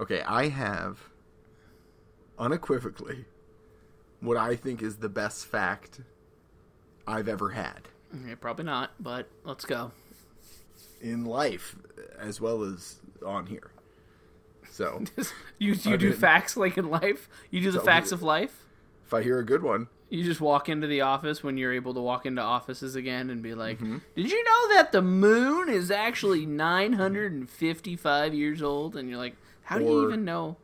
Okay, I have unequivocally what I think is the best fact I've ever had Okay, probably not, but let's go. in life as well as on here. So, you you do facts like in life. You do the So- facts of life. if I hear a good one, You just walk into the office when you're able to walk into offices again and be like, Mm-hmm. "Did you know that the moon is actually 955 years old?" And you're like, "How do you Or- even know?"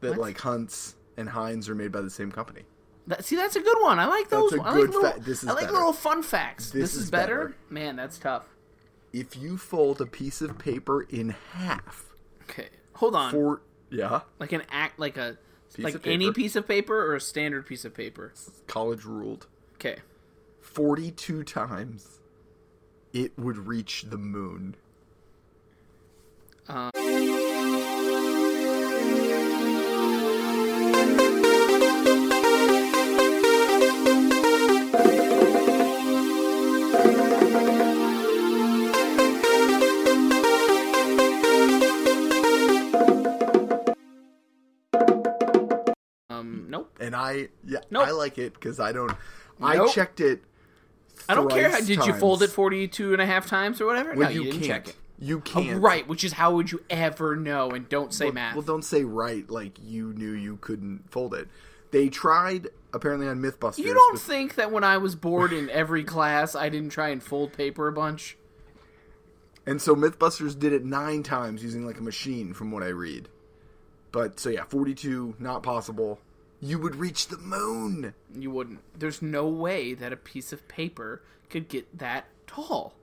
that What? like Hunts and Heinz are made by the same company. That, see, that's a good one. I like those. a one. I like, good little, fact. This is I like better. little fun facts. This, This is, is better. better. Man, that's tough. If you fold a piece of paper in half, Okay, hold on. for yeah, like an act, like a of like paper. any piece of paper or a standard piece of paper. college ruled, Okay, 42 times, it would reach the moon. um, nope. And I, yeah, Nope. I like it because I don't, I Nope. checked it. I don't care. How, thrice did you fold it times. 42 and a half times or whatever? Well, no, you, you, didn't can't. check it. Oh, You can't. Right, which is how would you ever know? And don't say math. Well, don't say right like you knew you couldn't fold it. They tried apparently on MythBusters. you don't with- think that when I was bored in every class, I didn't try and fold paper a bunch? and so MythBusters did it nine times using like a machine, from what I read. But so yeah, forty-two not possible. You would reach the moon. You wouldn't. There's no way that a piece of paper could get that tall.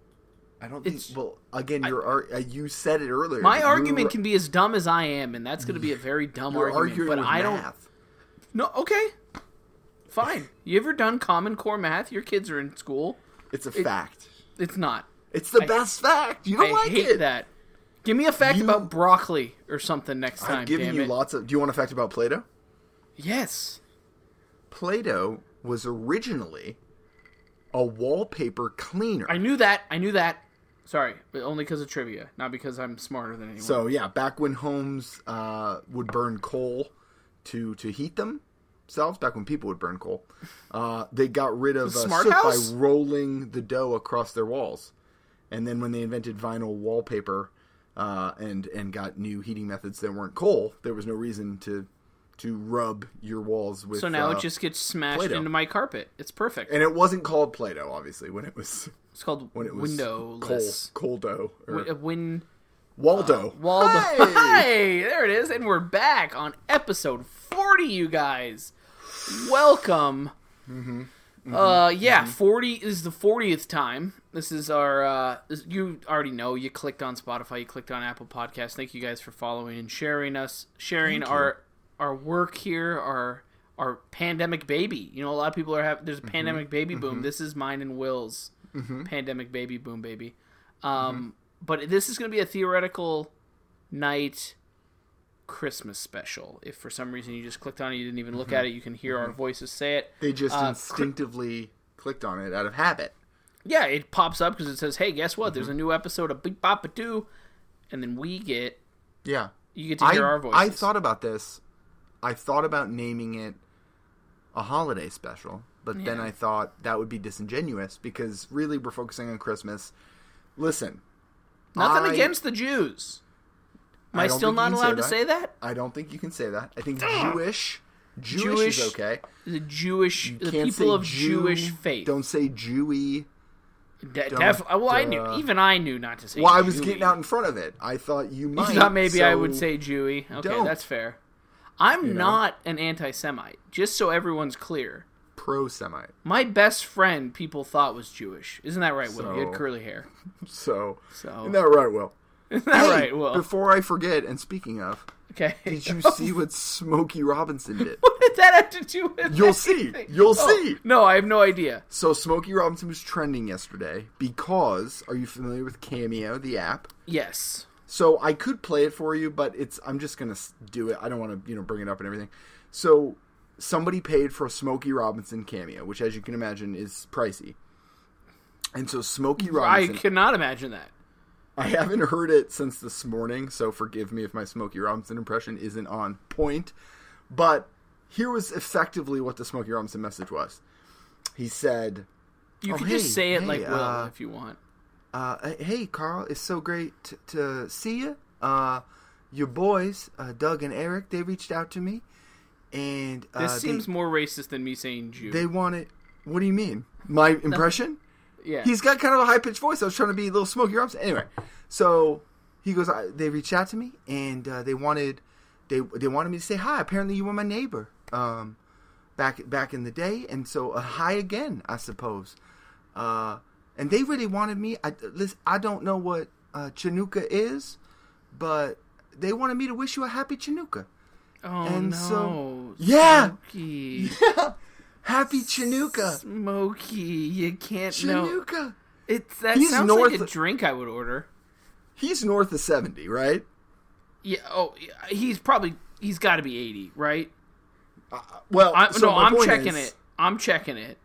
I don't think. It's- well, again, your ar- uh, you said it earlier. My You were- argument can be as dumb as I am, and that's going to be a very dumb You're argument. arguing But with I don't. math. No, okay. Fine. You ever done Common Core math? Your kids are in school. It's a fact. It's not. It's the best fact. You don't I like hate it. that. Give me a fact You- about broccoli or something next time. I'm giving damn you it. lots of. Do you want a fact about Plato? Yes. Play-Doh was originally a wallpaper cleaner. I knew that. I knew that. Sorry, but only because of trivia, not because I'm smarter than anyone. So yeah, back when homes uh, would burn coal to to heat themselves, back when people would burn coal, uh, they got rid of The uh, smart soot house? by rolling the dough across their walls. And then when they invented vinyl wallpaper uh, and and got new heating methods that weren't coal, there was no reason to to rub your walls with. So now uh, it just gets smashed Play-Doh. into my carpet. It's perfect. and it wasn't called Play-Doh, obviously, when it was it's called when it was windowless. coal coal dough or Wi- uh, Win Waldo. Waldo. Hey! Hey, there it is, and we're back on episode forty, you guys. Welcome. Uh, yeah, forty is the fortieth time. This is our. Uh, this- you already know. You clicked on Spotify. You clicked on Apple Podcasts. Thank you guys for following and sharing us, sharing our our work here, our our pandemic baby. You know, a lot of people are have. There's a pandemic baby boom. This is mine and Will's pandemic baby boom baby. Um, but this is going to be a theoretical night Christmas special. If for some reason you just clicked on it, you didn't even look Mm-hmm. at it. You can hear our voices say it. They just Uh, cr- instinctively clicked on it out of habit. yeah, it pops up because it says, "Hey, guess what? There's Mm-hmm. a new episode of Big Bop Doo," and then we get Yeah. you get to I, hear our voices. I thought about this. I thought about naming it a holiday special, but then Yeah. I thought that would be disingenuous because really we're focusing on Christmas. Listen, nothing I- against the Jews. Am I I, don't still think you not can say allowed to that. say that? I don't think you can say that. I think Damn. Jewish, Jewish Jewish- is okay. The Jewish, the Can't people say of Jew, Jewish faith. Don't say Jewy. De- def- well, I knew. uh, Even I knew not to say. Well, I was Jewy. getting out in front of it. I thought you You might. thought maybe I so- would say Jewy. Okay, don't. that's fair. I'm not an anti Semite, just so everyone's clear. pro-Semite. My best friend people thought was Jewish. Isn't that right, Will? you had So- curly hair. So, So- isn't that right, Will? Isn't that Hey, right, Will? Before I forget, and speaking of, okay. did you see what Smokey Robinson did? what did that have to do with You'll see. anything? You'll Oh, see. No, I have no idea. So Smokey Robinson was trending yesterday because are you familiar with Cameo, the app? Yes. So I could play it for you, but it's I'm just gonna s- do it. I don't want to you know bring it up and everything. So somebody paid for a Smokey Robinson cameo, which as you can imagine is pricey. And so Smokey I Robinson, cannot imagine that. I haven't heard it since this morning, so forgive me if my Smokey Robinson impression isn't on point. But here was effectively what the Smokey Robinson message was. He said, You Oh, can hey, just say it hey, like Will uh, if you want. uh, uh, "Hey, Carl, it's so great t- to see you. Uh, your boys, uh, Doug and Eric, they reached out to me, and uh, This they- seems more racist than me saying Jew. they wanted. What do you mean? My impression? yeah. He's got kind of a high pitched voice. I was trying to be a little smoky Robinson. Anyway, so he goes. I, they reached out to me and uh, they wanted they they wanted me to say hi. Apparently, you were my neighbor um, back back in the day, and so uh, hi again, I suppose. Uh, and they really wanted me. I listen, I don't know what uh, Chinooka is, but they wanted me to wish you a happy Chinooka. oh and no. so- Yeah! Smokey. Happy Chinooka, Smokey. You can't know. Chinooka. It's that He's sounds like a north- drink I would order. He's north of seventy, right? Yeah. Oh, yeah, he's probably he's got to be eighty, right? Well, I, so no, my I'm point checking is- it. I'm checking it.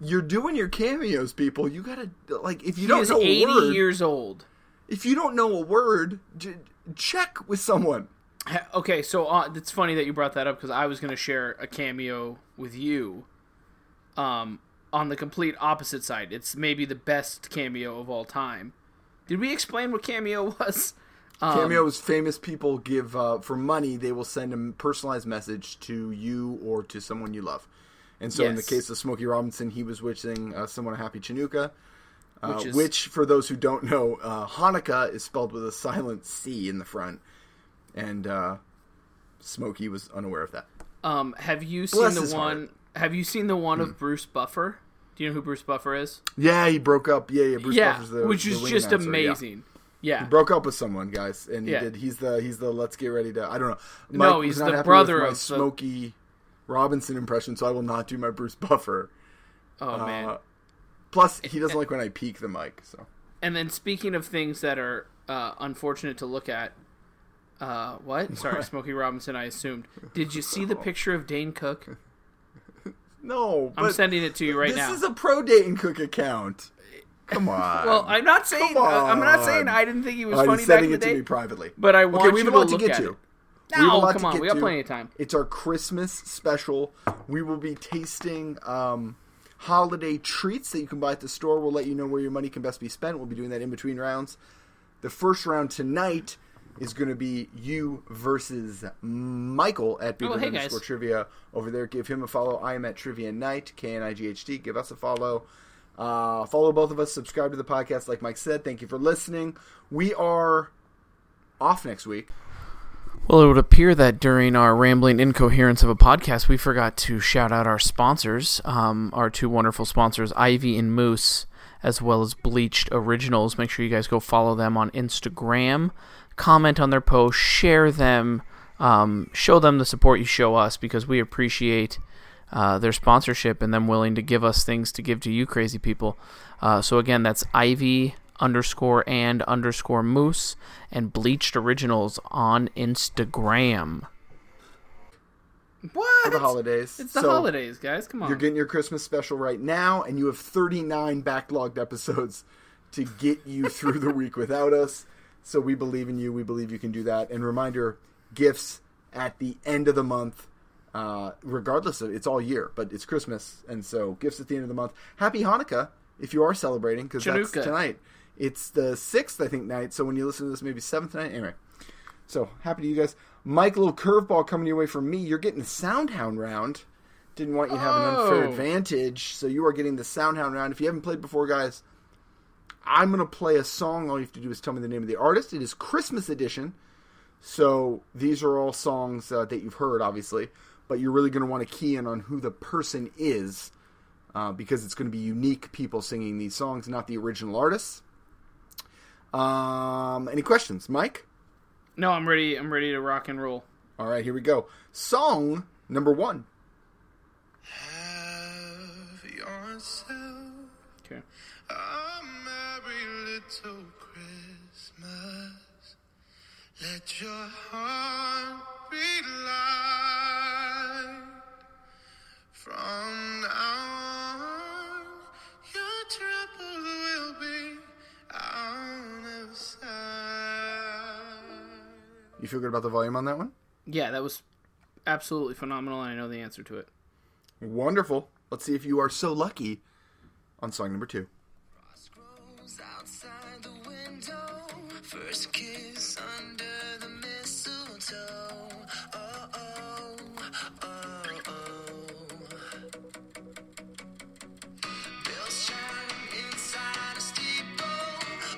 you're doing your cameos, people. You gotta like if you He don't is know a eighty word, years old. if you don't know a word, j- check with someone. Ha- Okay, so uh, it's funny that you brought that up because I was going to share a cameo with you, um, on the complete opposite side. It's maybe the best cameo of all time. Did we explain what cameo was? Um, Cameos, famous people give uh, for money. They will send a personalized message to you or to someone you love. And so, in the Yes. case of Smokey Robinson, he was wishing uh, someone a happy Chinooka. Uh, Which which, is- for those who don't know, uh, Hanukkah is spelled with a silent C in the front, and uh, Smokey was unaware of that. Um, have you seen Bless the his one? heart. Hmm. Have you seen the one of Bruce Buffer? Do you know who Bruce Buffer is? Yeah, he broke up. Yeah, yeah, Bruce yeah, Buffer's the, which the is ring just announcer, yeah. amazing. Yeah, broke up with someone, guys, and he Yeah. did. He's the he's the let's get ready to. I don't know. Mike No, was he's not the happy with brother my of the- Smokey Robinson impression, so I will not do my Bruce Buffer. oh man. Uh, plus, he doesn't like when I peek the mic. So And then speaking of things that are uh, unfortunate to look at, uh, what? Sorry, Smokey Robinson. I assumed. Did you see the picture of Dane Cook? no, I'm but sending it to you right this now. is a pro date and cook account. Come on. well, I'm not saying uh, Come I'm not saying on. I didn't think he was Uh, funny he's back sending in the it to day. me privately. but I want okay, we have you a to lot to look get at to. it. We have a No, lot come to on, get we got to. plenty of time. It's our Christmas special. We will be tasting um, holiday treats that you can buy at the store. We'll let you know where your money can best be spent. We'll be doing that in between rounds. The first round tonight is going to be you versus Michael at Beaver Oh, hey, underscore guys. Trivia over there. Give him a follow. I am at Trivia Night, K N I G H T. Give us a follow. Uh, follow both of us. Subscribe to the podcast, like Mike said. Thank you for listening. We are off next week. Well, it would appear that during our rambling incoherence of a podcast, we forgot to shout out our sponsors, um, our two wonderful sponsors, Ivy and Moose, as well as Bleached Originals. Make sure you guys go follow them on Instagram, comment on their posts, share them, um, show them the support you show us because we appreciate uh, their sponsorship and them willing to give us things to give to you crazy people. Uh, so again, that's Ivy underscore and underscore Moose and Bleached Originals on Instagram. What? for the holidays. It's the So holidays, guys. Come on. You're getting your Christmas special right now, and you have 39 backlogged episodes to get you through the week without us. So we believe in you. We believe you can do that. And reminder gifts at the end of the month. Uh, regardless of it's all year, but it's Christmas, and so gifts at the end of the month. Happy Hanukkah if you are celebrating, because that's Chanukah. tonight. It's the sixth, I think, night. So when you listen to this, maybe seventh night. Anyway, so happy to you guys. Mike, little curveball coming your way from me. You're getting the Soundhound round. Didn't want you to have an unfair Oh. advantage, so you are getting the Soundhound round. If you haven't played before, guys, I'm going to play a song. All you have to do is tell me the name of the artist. It is Christmas edition. So these are all songs uh, that you've heard, obviously, but you're really going to want to key in on who the person is uh, because it's going to be unique people singing these songs, not the original artists. Um, any questions, Mike? no, I'm ready. I'm ready to rock and roll. All right, here we go. Song number one. Have yourself Okay. a merry little Christmas. Let your heart be light. From now on, your troubles will be out of sight. You feel good about the volume on that one? Yeah, that was absolutely phenomenal, and I know the answer to it. Wonderful. Let's see if you are so lucky on song number two. Crossroads outside the window. First kiss under the mistletoe. Oh, oh, oh, oh. Bells chiming inside a steeple.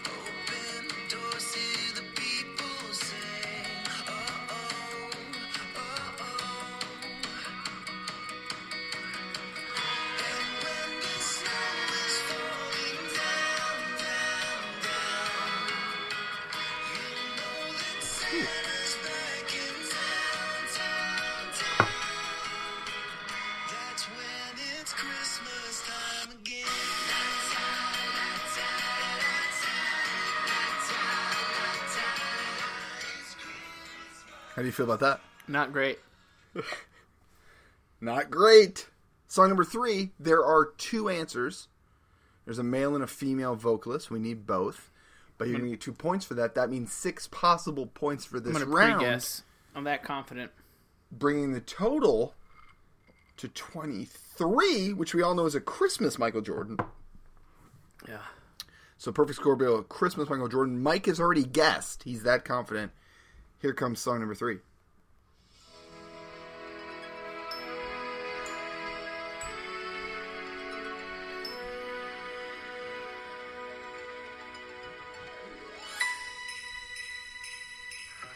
Open doors, hear the people sing. Oh, oh, oh, oh. When the snow is falling down, down, down, you know that Santa's back in town, town, town. That's when it's Christmas time again. How do you feel about that? Not great. Not great. Song number three, there are two answers. There's a male and a female vocalist. We need both. But you're going to get two points for that. That means six possible points for this I'm gonna round, pre-guess. I'm that confident. bringing the total to 23, which we all know is a Christmas Michael Jordan. Yeah. So perfect score bill, Christmas Michael Jordan. Mike has already guessed. He's that confident. Here comes song number three.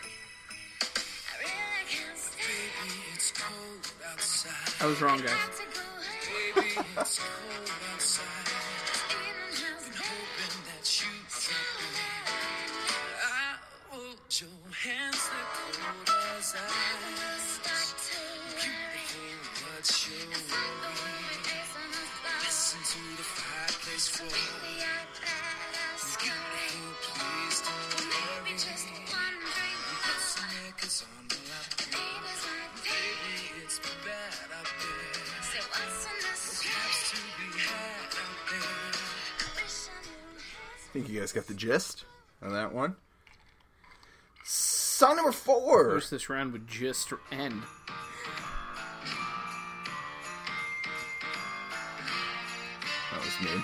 I really can't stand Baby, it's cold outside. I was wrong, guys. to go Baby, it's cold outside. in Hoping that you can I hold your hands that cold as ice. Beautiful, but you listen to the fireplace floor. Beautiful, please don't worry. It's the necklace on the line. Baby, it's bad out there. Perhaps to be had out there. I think you guys got the gist on that one. Song number four. Wish this round would just end. That was me.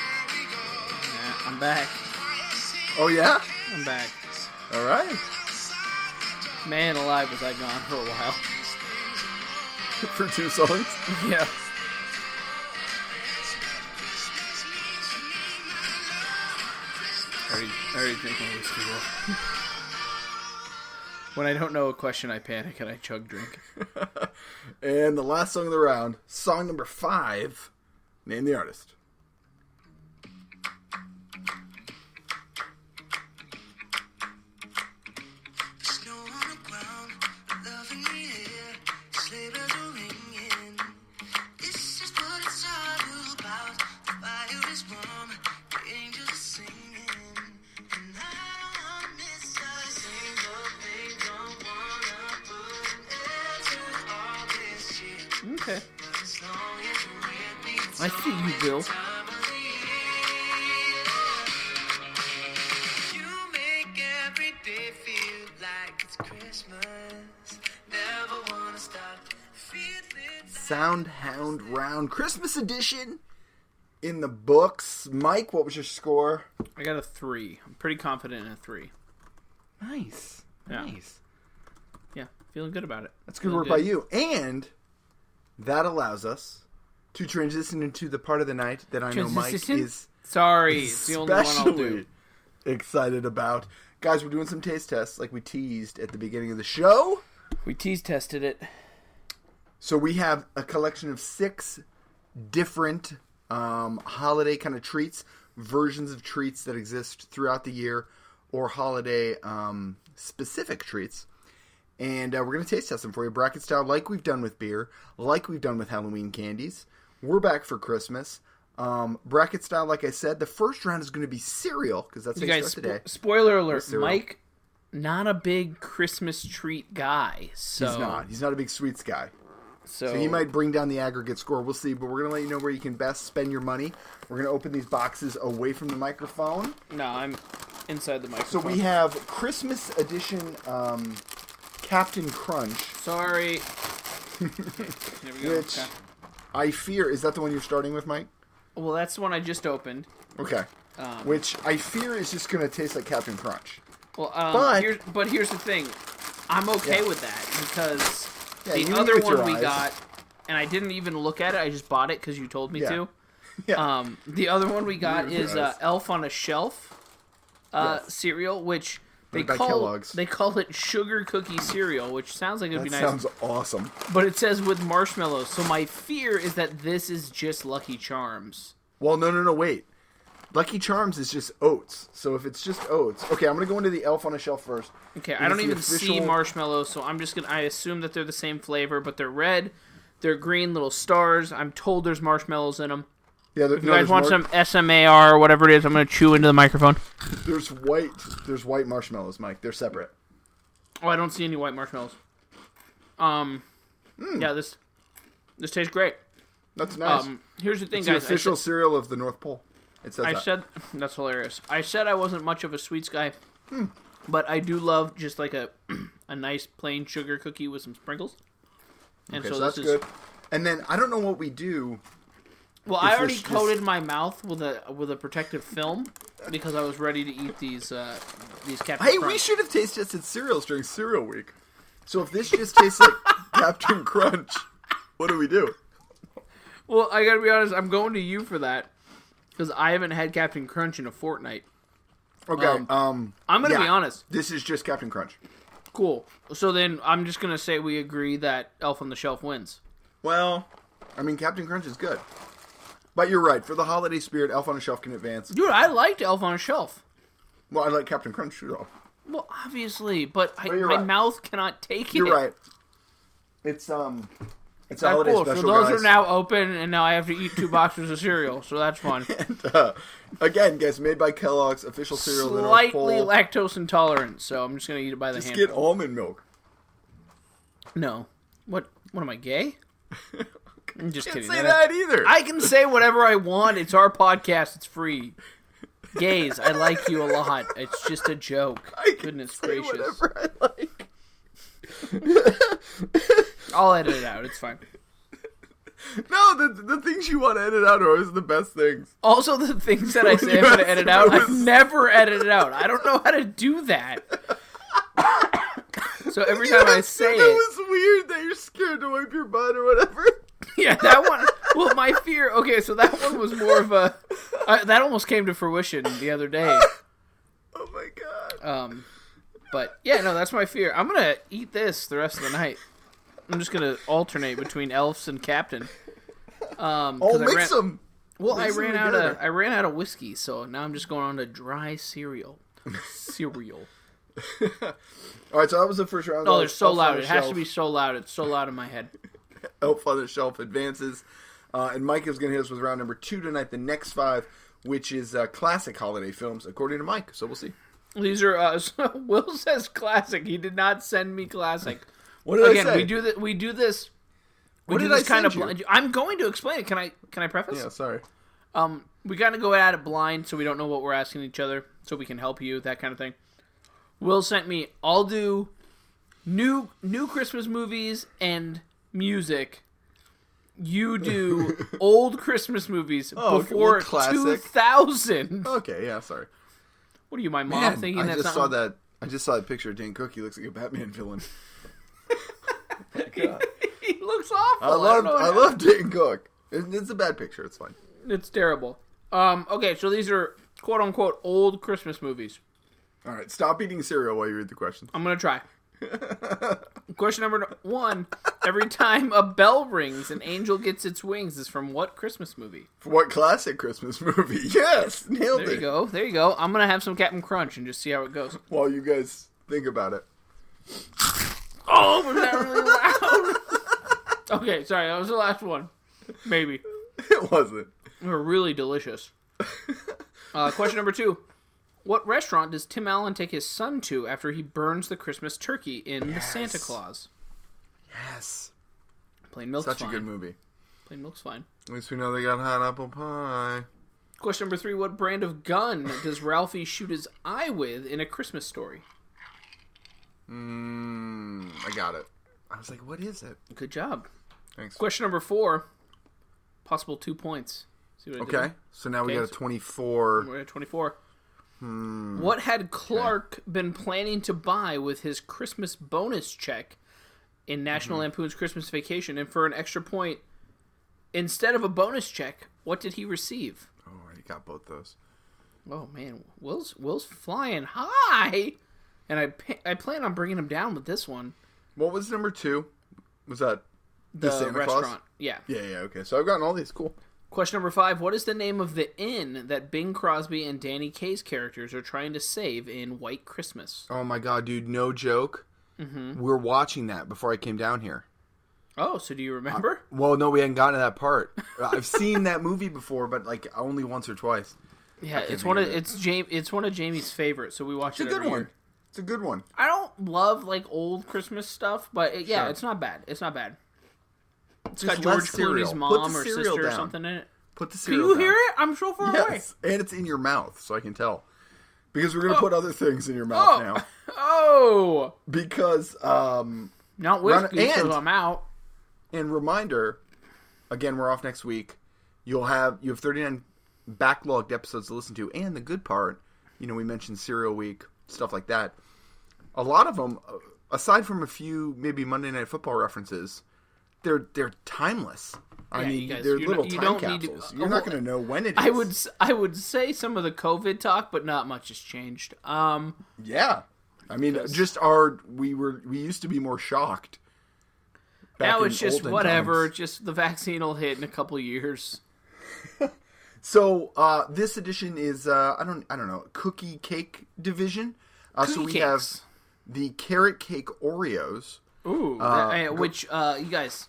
Yeah, I'm back. Oh yeah. I'm back. All right. Man alive was I gone for a while. For two songs. Yeah. Already, already drinking whiskey. Wolf. when I don't know a question, I panic and I chug drink. And the last song of the round, song number five. Name the artist. Snow on the ground, love in the air, sleigh bells are ringing. This is what it's all about. The fire is warm, the angels are singing, and I don't want to miss a single thing. Don't wanna put an end to all this shit. Okay. But as long as you're with me, it's I see you, Bill. time of the year. You make every day feel like it's Christmas. Never wanna stop feeling Sound Hound Round Christmas edition in the books. Mike, what was your score? I got a three. I'm pretty confident in a three. Nice. Yeah. Nice. Yeah, feeling good about it. That's good Feeling work by you. And that allows us to transition into the part of the night that I know Mike Transition? is Sorry, it's the only one I'll especially do. excited about. Guys, we're doing some taste tests like we teased at the beginning of the show. We tease tested it. So we have a collection of six different um, holiday kind of treats, versions of treats that exist throughout the year, or holiday um, specific treats. And uh, we're going to taste test them for you, bracket style, like we've done with beer, like we've done with Halloween candies. We're back for Christmas. Um, bracket style, like I said, the first round is going to be cereal because that's You how you guys, start today. spo- spoiler alert: cereal. Mike not a big Christmas treat guy. So He's not. He's not a big sweets guy. So, So he might bring down the aggregate score. We'll see. But we're going to let you know where you can best spend your money. We're going to open these boxes away from the microphone. No, I'm inside the So microphone. we have Christmas edition um, Captain Crunch, Sorry. There we go. which Okay. I fear is that the one you're starting with, Mike? Well, that's the one I just opened. Okay. Um, which I fear is just going to taste like Captain Crunch. Well, um, But- here's, but here's the thing, I'm okay Yeah. with that because Yeah, you eat the other with your one we eyes. got, and I didn't even look at it. I just bought it because you told me Yeah. to. Yeah. Um, the other one we got eat with is your uh, eyes. Elf on a Shelf uh, Yes. cereal, which they Made by call Kellogg's. they call it sugar cookie cereal, which sounds like it'd that be nice. sounds awesome. But it says with marshmallows, so my fear is that this is just Lucky Charms. Well, no, no, no, wait. Lucky Charms is just oats. So if it's just oats, okay, I'm gonna go into the Elf on a Shelf first. Okay, It I is don't the even see official- marshmallows, so I'm just gonna. I assume that they're the same flavor, but they're red. They're green little stars. I'm told there's marshmallows in them. Yeah, there, If you no, guys there's want mar- some SMAR or whatever it is, I'm gonna chew into the microphone. There's white. There's white marshmallows, Mike. They're separate. Oh, I don't see any white marshmallows. Um, Hmm. yeah, this this tastes great. That's nice. Um, here's the thing, it's the guys. I official cereal of the North Pole. It says I that. said that's hilarious. I said I wasn't much of a sweets guy, but I do love just like a a nice plain sugar cookie with some sprinkles. And okay, so, so, that's this is good. And then I don't know what we do. well. I this already is- coated my mouth with a with a protective film because I was ready to eat these uh, these Captain Hey, we Crunch. should have taste tested cereals during Cereal Week. So if this just tastes like Captain Crunch, what do we do? Well, I gotta be honest. I'm going to you for that because I haven't had Captain Crunch in a fortnight. Okay. Um, Um, I'm gonna Yeah. be honest. this is just Captain Crunch. Cool. So then I'm just gonna say we agree that Elf on the Shelf wins. Well, I mean, Captain Crunch is good. But you're right. For the holiday spirit, Elf on a Shelf can advance. Dude, I liked Elf on a Shelf. Well, I like Captain Crunch, though. Well, obviously, but I, Well, you're my right. mouth cannot take You're it. right. It's, um, it's a That's holiday cool. So special, those guys. are now open, and now I have to eat two boxes of cereal. So that's fun. Uh, again, guys, made by Kellogg's, official cereal. of the North Slightly Pole. lactose intolerant, so I'm just gonna eat it by the Just hand. get almond milk. no, what? What am I gay? I'm just Can't kidding. say That- that either. I can say whatever I want. It's our podcast. It's free. Gays, I like you a lot. It's just a joke. I can Goodness say gracious. whatever I like. I'll edit it out. It's fine. No, the, the things you want to edit out are always the best things. Also, the things that I say I'm You going to asked edit if out, I I've was- never edited out. I don't know how to do that. so every time I Yes, say it it, was weird that you're scared to wipe your butt or whatever. yeah, that one. Well, my fear. Okay, so that one was more of a. Uh, that almost came to fruition the other day. Oh my god. Um, but yeah, no, that's my fear. I'm gonna eat this the rest of the night. I'm just gonna alternate between elves and captain. Um, 'cause Oh, I mix ran- them. Well, I Mix them ran out of together. I ran out of whiskey, so now I'm just going on to dry cereal. cereal. All right, so that was the first round. Oh, That they're was so Elf on loud. a It has to Shelf. be so loud. It's so loud in my head. Elf on the Shelf advances. Uh, and Mike is going to hit us with round number two tonight, the next five, which is uh, classic holiday films, according to Mike. So we'll see. These are uh, so Will says classic. He did not send me classic. What did Again, I say? we do that. We do this. We What do did I this kind of. send you? blind- I'm going to explain it. Can I? Can I preface? Yeah, sorry. Um, we gotta go at it blind, so we don't know what we're asking each other, so we can help you, that kind of thing. Will sent me. I'll do new new Christmas movies and music. You do old Christmas movies Oh, okay, well, before classic. two thousand. Okay, yeah, sorry. What are you, my mom? Man, thinking I that's just not- saw that. I just saw that picture of Dan Cook. He looks like a Batman villain. he looks awful. I Oh, don't love. know what I happened. love Dan Cook. It- It's a bad picture. It's fine. It's terrible. Um, okay, so these are quote unquote old Christmas movies. All right, stop eating cereal while you read the question. I'm gonna try. Question number one: Every time a bell rings, an angel gets its wings. Is from what Christmas movie? For what classic Christmas movie? Yes, nailed There you it. go. There you go. I'm gonna have some Captain Crunch and just see how it goes. While you guys think about it. Oh, was that really loud? okay, sorry. That was the last one. Maybe. It wasn't. They were really delicious. Uh, question number two: What restaurant does Tim Allen take his son to after he burns the Christmas turkey in Yes. The Santa Claus? Yes. Plain milk's Such fine. a good movie. Plain milk's fine. At least we know they got hot apple pie. Question number three: What brand of gun does Ralphie shoot his eye with in A Christmas Story? Mmm, I got it. I was like, what is it? Good job. Thanks. Question number four: Possible two points. See what I did Okay, there? so now we Okay, got a so- 24. We're at twenty-four. Hmm. What had Clark been planning to buy with his Christmas bonus check in National Mm-hmm. Lampoon's Christmas Vacation? And for an extra point, instead of a bonus check, what did he receive? Oh, I got both those. Oh man, Will's Will's flying high, and I pa- I plan on bringing him down with this one. What was number two? Was that The, Santa Claus? restaurant, yeah. Yeah, yeah, okay. So I've gotten all these. Cool. Question number five: What is the name of the inn that Bing Crosby and Danny Kaye's characters are trying to save in White Christmas? Oh my god, dude, no joke. Mm-hmm. We were watching that before I came down here. Oh, so do you remember? Well, no, we hadn't gotten to that part. I've seen that movie before, but like only once or twice. yeah, it's think one of of it. it's Jamie. It's one of Jamie's favorites, so we watch It's a it. good every one. year. It's a good one. I don't love like old Christmas stuff, but it, yeah, Sure. it's not bad. It's not bad. It's Just got George less cereal. Clooney's Put the mom or cereal sister or down. something in it. Put the Can cereal. you down. hear it? I'm so far away. Yes, and it's in your mouth, so I can tell. Because we're gonna put other things in your mouth Oh. now. Oh, Because um, not Run- whiskey because and- I'm out. and reminder, again, we're off next week. You'll have you have thirty nine backlogged episodes to listen to, and the good part, you know, we mentioned Serial Week stuff like that. A lot of them, aside from a few maybe Monday Night Football references, they're they're timeless. I Yeah, mean, you guys- they're you're little not- you time don't need to- uh, capsules. You're not well, going to know when it is. I would s- I would say some of the COVID talk, but not much has changed. Um, Yeah. I mean, just our we were we used to be more shocked. back now in it's just olden whatever. times. Just the vaccine will hit in a couple years. So uh, this edition is uh, I don't I don't know cookie cake division. Uh, so Cookie we cakes. have the carrot cake Oreos. Ooh, that- uh, which uh, you guys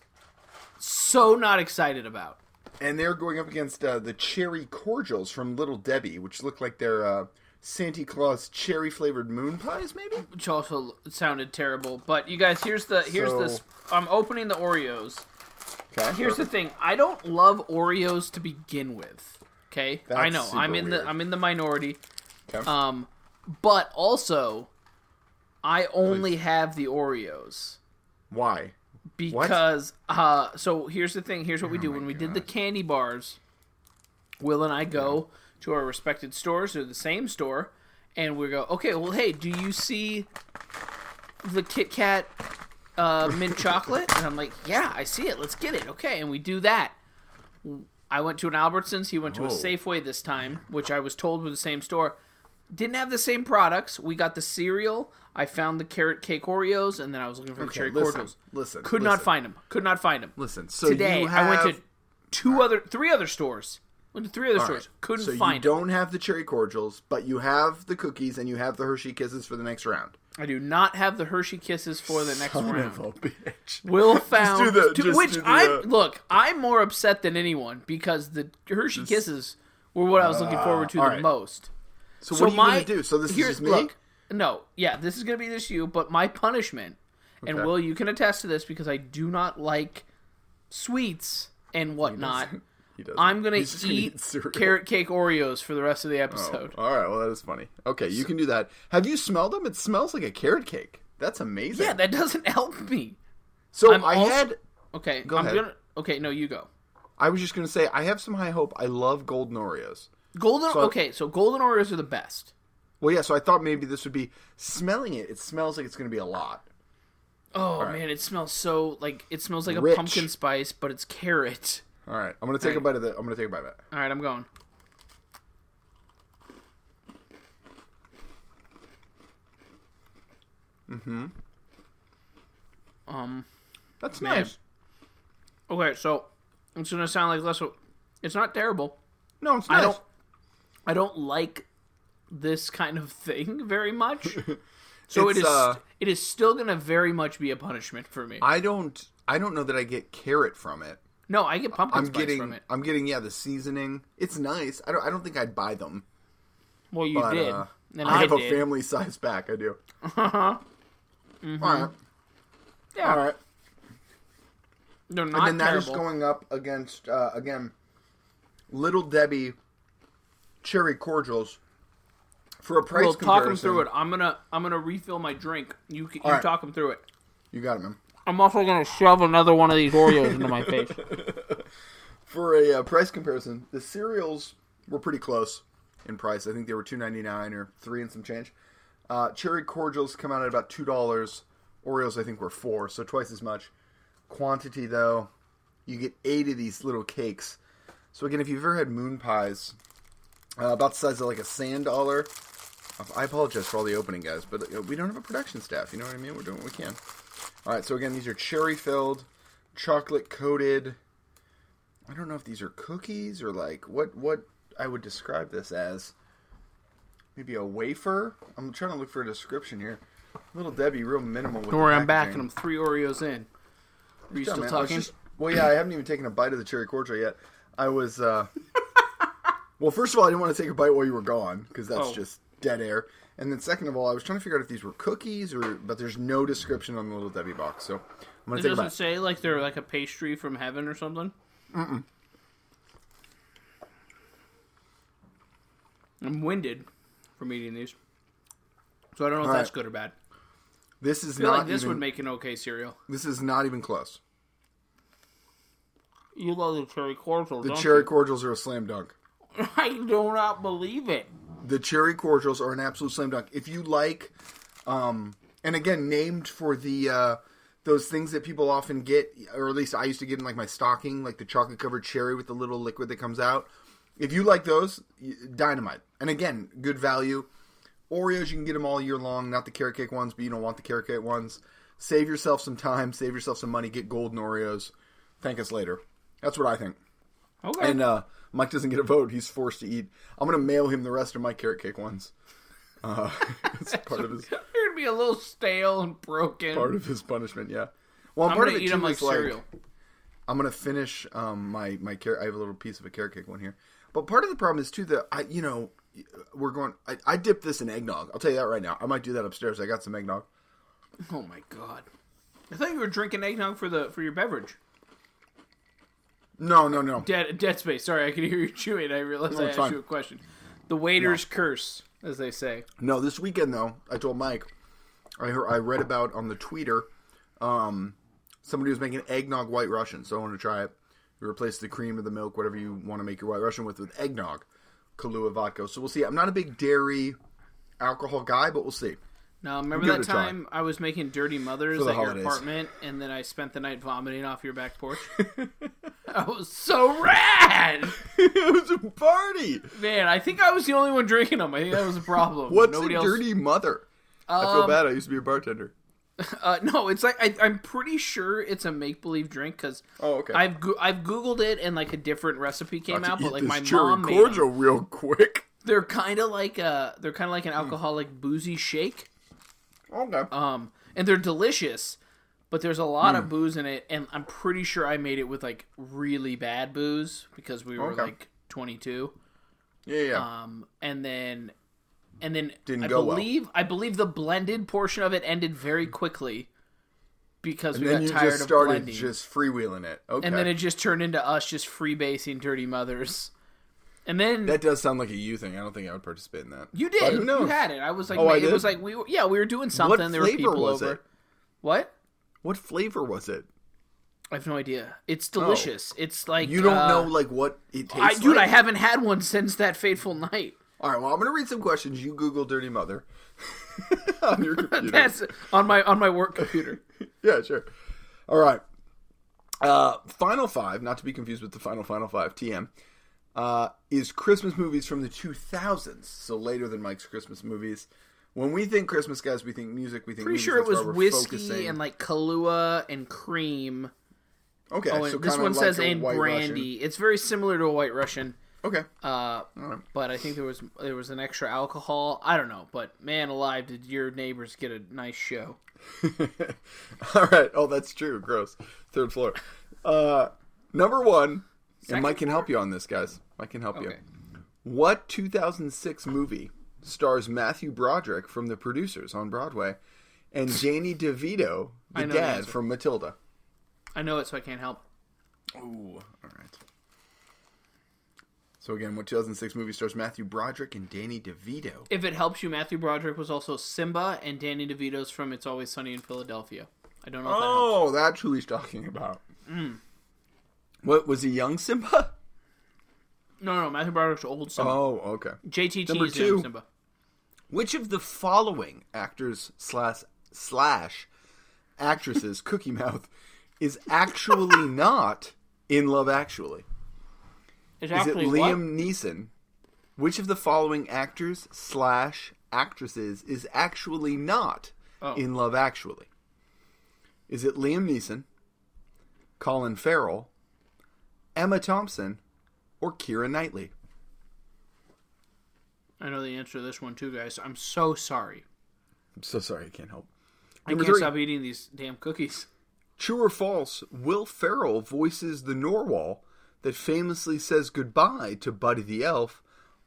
so not excited about. and they're going up against uh, the cherry cordials from Little Debbie, which look like they're uh, Santa Claus cherry flavored moon pies, maybe. which also sounded terrible. But you guys, here's the here's this. So- I'm opening the Oreos. Okay, Here's the thing. I don't love Oreos to begin with. Okay, I That's know super I'm in weird. the I'm in the minority. Okay. Um, but also, I only have the Oreos why? because uh. So here's the thing. Here's what we Oh do when we did the candy bars. Will and I go to our respected stores or the same store, and we go, okay, well, hey, do you see the Kit Kat uh, mint chocolate? And I'm like, yeah, I see it. Let's get it. Okay. And we do that. I went to an Albertsons. He went to a Whoa. Safeway this time, which I was told was the same store. Didn't have the same products. We got the cereal. I found the carrot cake Oreos, and then I was looking for the Okay, cherry listen, cordials. listen, could not listen. find them. Could not find them. Listen, so today you I went have- to two other, three other stores. Went to three other stores. Couldn't so find you 'em. don't have the cherry cordials, but you have the cookies and you have the Hershey Kisses for the next round. I do not have the Hershey Kisses for the next Son round. of a bitch. Will found do the- to- just which do the, I uh, am look. I'm more upset than anyone because the Hershey Kisses were what I was looking forward to the alright. most. Ah, So, So what are you my going to do? So this is here's- just me? Look, no, yeah, this is gonna be this you. But my punishment, and Okay. Will, you can attest to this because I do not like sweets and whatnot. He doesn't. I'm gonna He's just gonna eat cereal. carrot cake Oreos for the rest of the Oh, episode. all right, well that is funny. Okay, you can do that. Have you smelled them? It smells like a carrot cake. That's amazing. yeah, that doesn't help me. so I'm I also- had. Okay, Go I'm ahead. gonna. Okay, no, you go. I was just gonna say I have some high hope. I love golden Oreos. Golden. So- okay, so golden Oreos are the best. Well, yeah. So I thought maybe this would be smelling it. It smells like it's gonna be a lot. Oh man, it smells so like it smells like Rich. a pumpkin spice, but it's carrot. All right, I'm gonna take a Right. bite of the. I'm gonna take a bite of that. All right, I'm going. Mm-hmm. Um. That's Man. nice. Okay, so it's gonna sound like less. of- It's not terrible. No, it's nice. I don't. I don't like this kind of thing very much. So It's, it is. uh, it is still gonna very much be a punishment for me. I don't. I don't know that I get carrot from it. no, I get pumpkin I'm spice getting. from it. I'm getting. Yeah, the seasoning. It's nice. I don't. I don't think I'd buy them. Well, you But did. uh, And I I, have a did. Uh-huh. family size back. I do. All right. Mm-hmm. Yeah. All right. They're And not then that is terrible. going up against uh, again Little Debbie cherry cordials for a price we'll talk comparison. them through it. I'm gonna I'm gonna refill my drink. You c- you All right. talk them through it. You got it, man. I'm also gonna shove another one of these Oreos into my face. For a uh, price comparison, the cereals were pretty close in price. I think they were two ninety nine or three and some change. Uh, cherry cordials come out at about two dollars. Oreos, I think, were four, so twice as much. Quantity, though, you get eight of these little cakes. So again, if you've ever had moon pies, uh, about the size of like a sand dollar. I apologize for all the opening, guys, but uh, we don't have a production staff. You know what I mean? We're doing what we can. All right, so again, these are cherry filled, chocolate coated. I don't know if these are cookies or like what what I would describe this as. Maybe a wafer. I'm trying to look for a description here. Little Debbie, real minimal. With Don't the worry, I'm back packaging. and I'm three Oreos in. Are you Yeah, still man, I was talking? just- well, yeah, I haven't even taken a bite of the cherry cordial yet. I was. Uh, well, first of all, I didn't want to take a bite while you were gone because that's Oh. just dead air. And then, second of all, I was trying to figure out if these were cookies or, but there's no description on the little Debbie box, so I'm gonna It take a doesn't bite. say like they're like a pastry from heaven or something. Mm-mm. I'm winded from eating these, so I don't know if All that's right. good or bad. This is I feel not like this even, would make an okay cereal. this is not even close. You love the cherry cordial. The cherry cordials are a slam dunk. I do not believe it. the cherry cordials are an absolute slam dunk. If you like, um, and again, named for the uh, those things that people often get, or at least I used to get in like my stocking, like the chocolate covered cherry with the little liquid that comes out. If you like those, y- dynamite. And again, good value. Oreos, you can get them all year long. Not the carrot cake ones, but you don't want the carrot cake ones. Save yourself some time. Save yourself some money. Get golden Oreos. Thank us later. That's what I think. Okay. And uh, Mike doesn't get a vote. He's forced to eat. I'm going to mail him the rest of my carrot cake ones. Uh, it's part of his You're gonna be a little stale and broken. uh, part of his punishment. Yeah. Well, I'm part gonna of it eat too them like is, like cereal. I'm going to finish um, my my carrot. I have a little piece of a carrot cake one here. But part of the problem is too that I you know we're going. I, I dip this in eggnog. I'll tell you that right now. I might do that upstairs. I got some eggnog. Oh my god! I thought you were drinking eggnog for the for your beverage. No, no, no. Dead Dead Space. Sorry, I could hear you chewing. I realized No, I it's asked fine. you a question. The waiter's curse, as they say. No, this weekend though, I told Mike, I heard, I read about on the tweeter, um, somebody was making eggnog White Russian, so I want to try it. You replace the cream or the milk, whatever you want to make your White Russian with, with eggnog, Kahlua vodka. So we'll see. I'm not a big dairy alcohol guy, but we'll see. Now remember Give it that a try. time I was making dirty mothers For the at your holidays. apartment, and then I spent the night vomiting off your back porch. I was so rad, it was a party. man. I think I was the only one drinking them. I think that was a problem. What's Nobody a else. dirty mother? I feel Um, bad. I used to be a bartender. Uh, no, it's like I, I'm pretty sure it's a make believe drink because Oh, okay. I've go- I've googled it and like a different recipe came About out, to but eat like this my cherry mom made 'em. cordial real quick. They're kind of like a they're kind of like an alcoholic boozy shake. Okay. Um, and they're delicious, but there's a lot Hmm. of booze in it, and I'm pretty sure I made it with like really bad booze because we were Okay. like 22. yeah, yeah. Um, and then, and then Didn't I go well. Hmm. believe I believe the blended portion of it ended very quickly because and we then got you tired just of started blending, just freewheeling it. Okay. and then it just turned into us just freebasing dirty mothers. And then That does sound like a you thing. I don't think I would participate in that. you But did. who knows? You had it. I was like, Oh, I it was did? like we were, yeah, we were doing something. there were people over. it? What? What flavor was it? I have no idea. It's delicious. It's like You don't uh, know like what it tastes I, dude, like. I haven't had one since that fateful night. All right, well, I'm gonna read some questions. You Google "dirty mother" on your computer. That's on my on my work computer. Yeah, sure. All right. Uh, final five, not to be confused with the final final five TM, uh, is Christmas movies from the 2000s. So later than Mike's Christmas movies. When we think Christmas, guys, we think music. We think Pretty movies, sure it Mm, that's why was we're whiskey focusing. and like Kahlua and cream. okay. Oh, and so this kinda one like says a and White brandy. It's very similar to a White Russian, Russian. Okay. uh, All right. but I think there was there was an extra alcohol. I don't know, but man alive, did your neighbors get a nice show? All right. Oh, that's true. Gross. Third floor. Uh, number one, and Mike can help you on this, guys. Mike can help Okay. you. What 2006 movie stars Matthew Broderick from The Producers on Broadway and Janie DeVito, I the know dad that's- from Matilda. I know it, so I can't help. Ooh, all right. So again, what 2006 movie stars Matthew Broderick and Danny DeVito? If it helps you, Matthew Broderick was also Simba, and Danny DeVito's from It's Always Sunny in Philadelphia. I don't know if that helps. Mm. Oh, that's who he's talking about. What was he young Simba? No, no, Matthew Broderick's old Simba. Oh, okay. JTT number is two. young Simba. Which of the following actors slash slash actresses Cookie Mouth is actually not in Love Actually? It's Is it actually what? Liam Neeson? Which of the following actors slash actresses is actually not Oh. in Love Actually? Is it Liam Neeson, Colin Farrell, Emma Thompson, or Kira Knightley? I know the answer to this one too, guys. I'm so sorry. I'm so sorry, I can't help. I Number can't three. stop eating these damn cookies. True or false, Will Ferrell voices the Norwal that famously says goodbye to Buddy the Elf,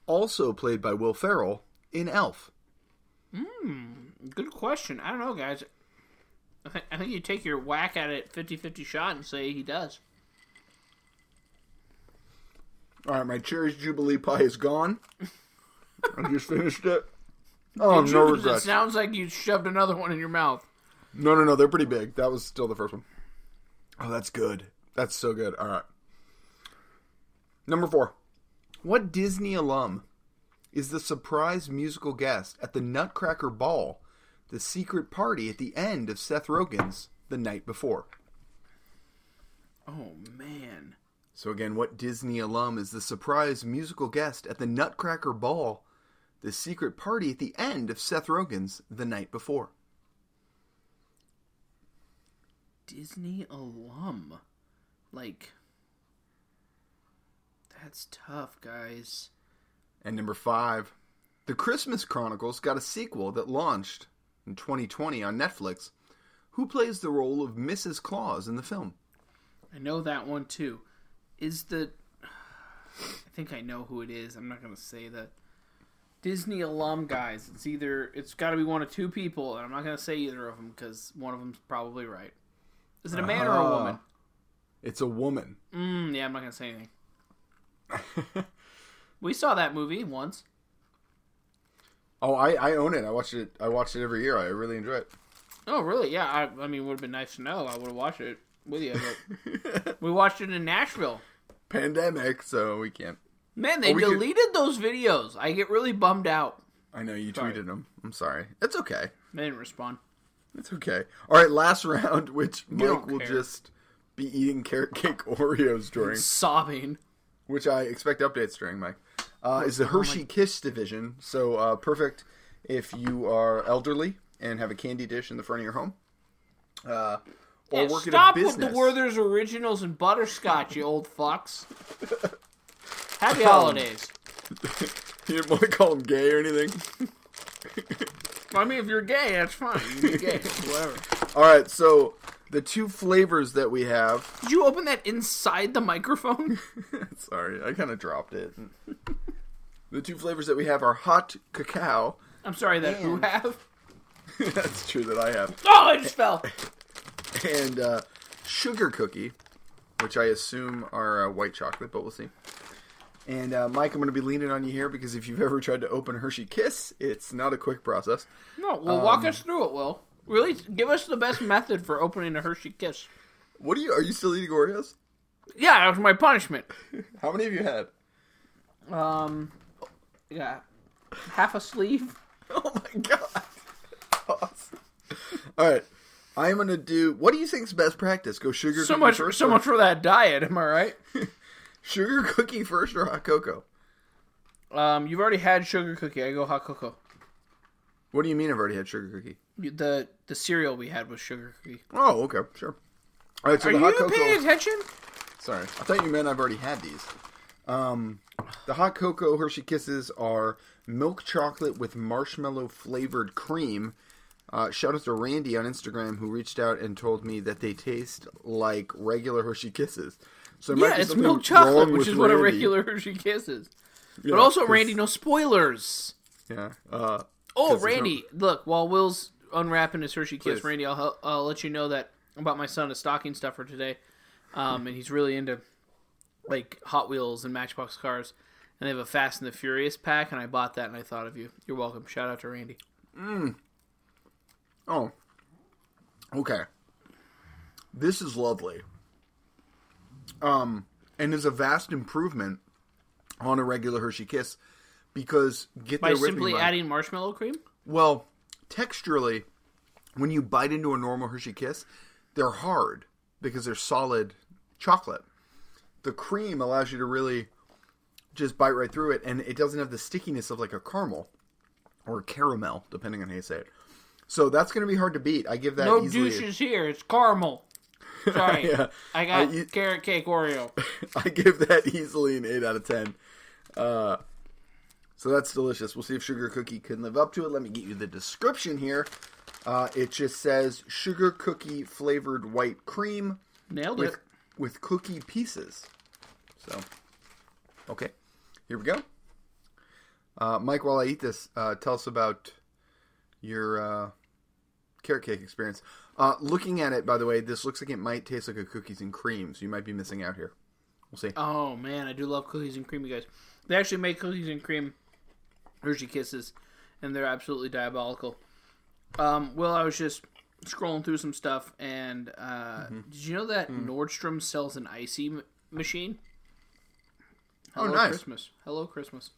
also played by Will Ferrell in Elf. Good question. I don't know, guys. I, th- I think you take your whack at it 50-50 shot and say he does. All right, my cherry's jubilee pie is gone. I just finished it. Oh, It no sounds- it regrets. sounds like you shoved another one in your mouth. No, no, no. They're pretty big. That was still the first one. Oh, that's good. That's so good. All right. Number four. What Disney alum is the surprise musical guest at the Nutcracker Ball, the secret party at the end of Seth Rogen's The Night Before? Oh man. So, again, what Disney alum is the surprise musical guest at the Nutcracker Ball, the secret party at the end of Seth Rogen's The Night Before? Disney alum. Like That's tough, guys. And number five, The Christmas Chronicles got a sequel that launched in 2020 on Netflix. Who plays the role of Mrs. Claus in the film? I know that one too. Is the I think I know who it is. I'm not gonna say that. Disney alum guys. It's either it's got to be one of two people, and I'm not gonna say either of them because one of them's probably right. Is it a man or a Ah. woman? It's a woman. Mm, yeah, I'm not gonna say anything. we saw that movie once. Oh, I, I own it. I watch it. I watch it every year. I really enjoy it. Oh, really? Yeah. I, I mean, it would have been nice to know. I would have watched it with you. But we watched it in Nashville. Pandemic, so we can't. Man, they Oh, we could- deleted those videos. I get really bummed out. I know you Sorry. tweeted them. I'm sorry. It's okay. They didn't respond. It's okay. All right, last round, which Mike don't will care. just be eating carrot cake Oreos during. Sobbing. which I expect updates during, Mike, uh, is the Hershey Kiss division. So uh, perfect if you are elderly and have a candy dish in the front of your home, uh, or Yeah, work stop at a business. with the Werther's Originals and butterscotch, you old fucks. Happy holidays. You didn't want to call him gay or anything. I mean, if you're gay, that's fine. You can be gay, whatever. All right, so the two flavors that we have. Did you open that inside the microphone? Sorry, I kind of dropped it. the two flavors that we have are hot cacao. I'm sorry that you And- have. That's true that I have. Oh, I just fell. and uh, sugar cookie, which I assume are uh, white chocolate, but we'll see. And uh, Mike, I'm going to be leaning on you here because if you've ever tried to open Hershey Kiss, it's not a quick process. No, well, walk us through it, Will. Really, give us the best method for opening a Hershey Kiss. What are you? Are you still eating Oreos? Yeah, that was my punishment. How many have you had? Um, yeah, half a sleeve. Oh my god! Awesome. All right, I'm going to do. What do you think's best practice? Go sugar. So cookie much, First so or- much for that diet. Am I right? Sugar cookie first or hot cocoa? Um, you've already had sugar cookie. I go hot cocoa. What do you mean? I've already had sugar cookie. You- The the cereal we had was sugar cookie. Oh, okay, sure. All right, so Are the hot you cocoa. paying attention? Sorry, I thought you meant I've already had these. Um, the hot cocoa Hershey Kisses are milk chocolate with marshmallow flavored cream. Uh, shout out to Randy on Instagram who reached out and told me that they taste like regular Hershey Kisses. So there might Yeah, be it's something milk wrong chocolate, which with is what a Randy. regular Hershey Kiss is. Yeah, but also, 'cause- Randy, no spoilers. Yeah. Uh, Oh, 'Cause there's Randy, look, while Will's unwrapping his Hershey Kiss, Please. Randy, I'll, hel- I'll let you know that about my son, a stocking stuffer today. Um, and he's really into like Hot Wheels and Matchbox cars. And they have a Fast and the Furious pack, and I bought that and I thought of you. You're welcome. Shout out to Randy. oh. Okay. This is lovely. Um, and is a vast improvement on a regular Hershey Kiss because get By there with simply me, Mike. adding marshmallow cream? Well, texturally, when you bite into a normal Hershey Kiss, they're hard because they're solid chocolate. The cream allows you to really just bite right through it, and it doesn't have the stickiness of like a caramel or caramel, depending on how you say it. So that's going to be hard to beat. I give that No easily. douches here. It's caramel. Sorry. Yeah. I got Uh, you- carrot cake Oreo. I give that easily an 8 out of 10. Uh, so that's delicious. We'll see if Sugar Cookie can live up to it. Let me get you the description here. Uh, it just says sugar cookie flavored white cream Nailed with, it. with cookie pieces. So, okay, here we go. Uh, Mike, while I eat this, uh, tell us about your uh, carrot cake experience. Uh, looking at it, by the way, this looks like it might taste like a cookies and cream, so you might be missing out here. We'll see. Oh man, I do love cookies and cream, you guys. They actually make cookies and cream Hershey Kisses, and they're absolutely diabolical. Um, well, I was just scrolling through some stuff, and uh, Mm-hmm. did you know that Mm. Nordstrom sells an icy m- machine? Hello Oh, nice. Christmas! Hello Christmas!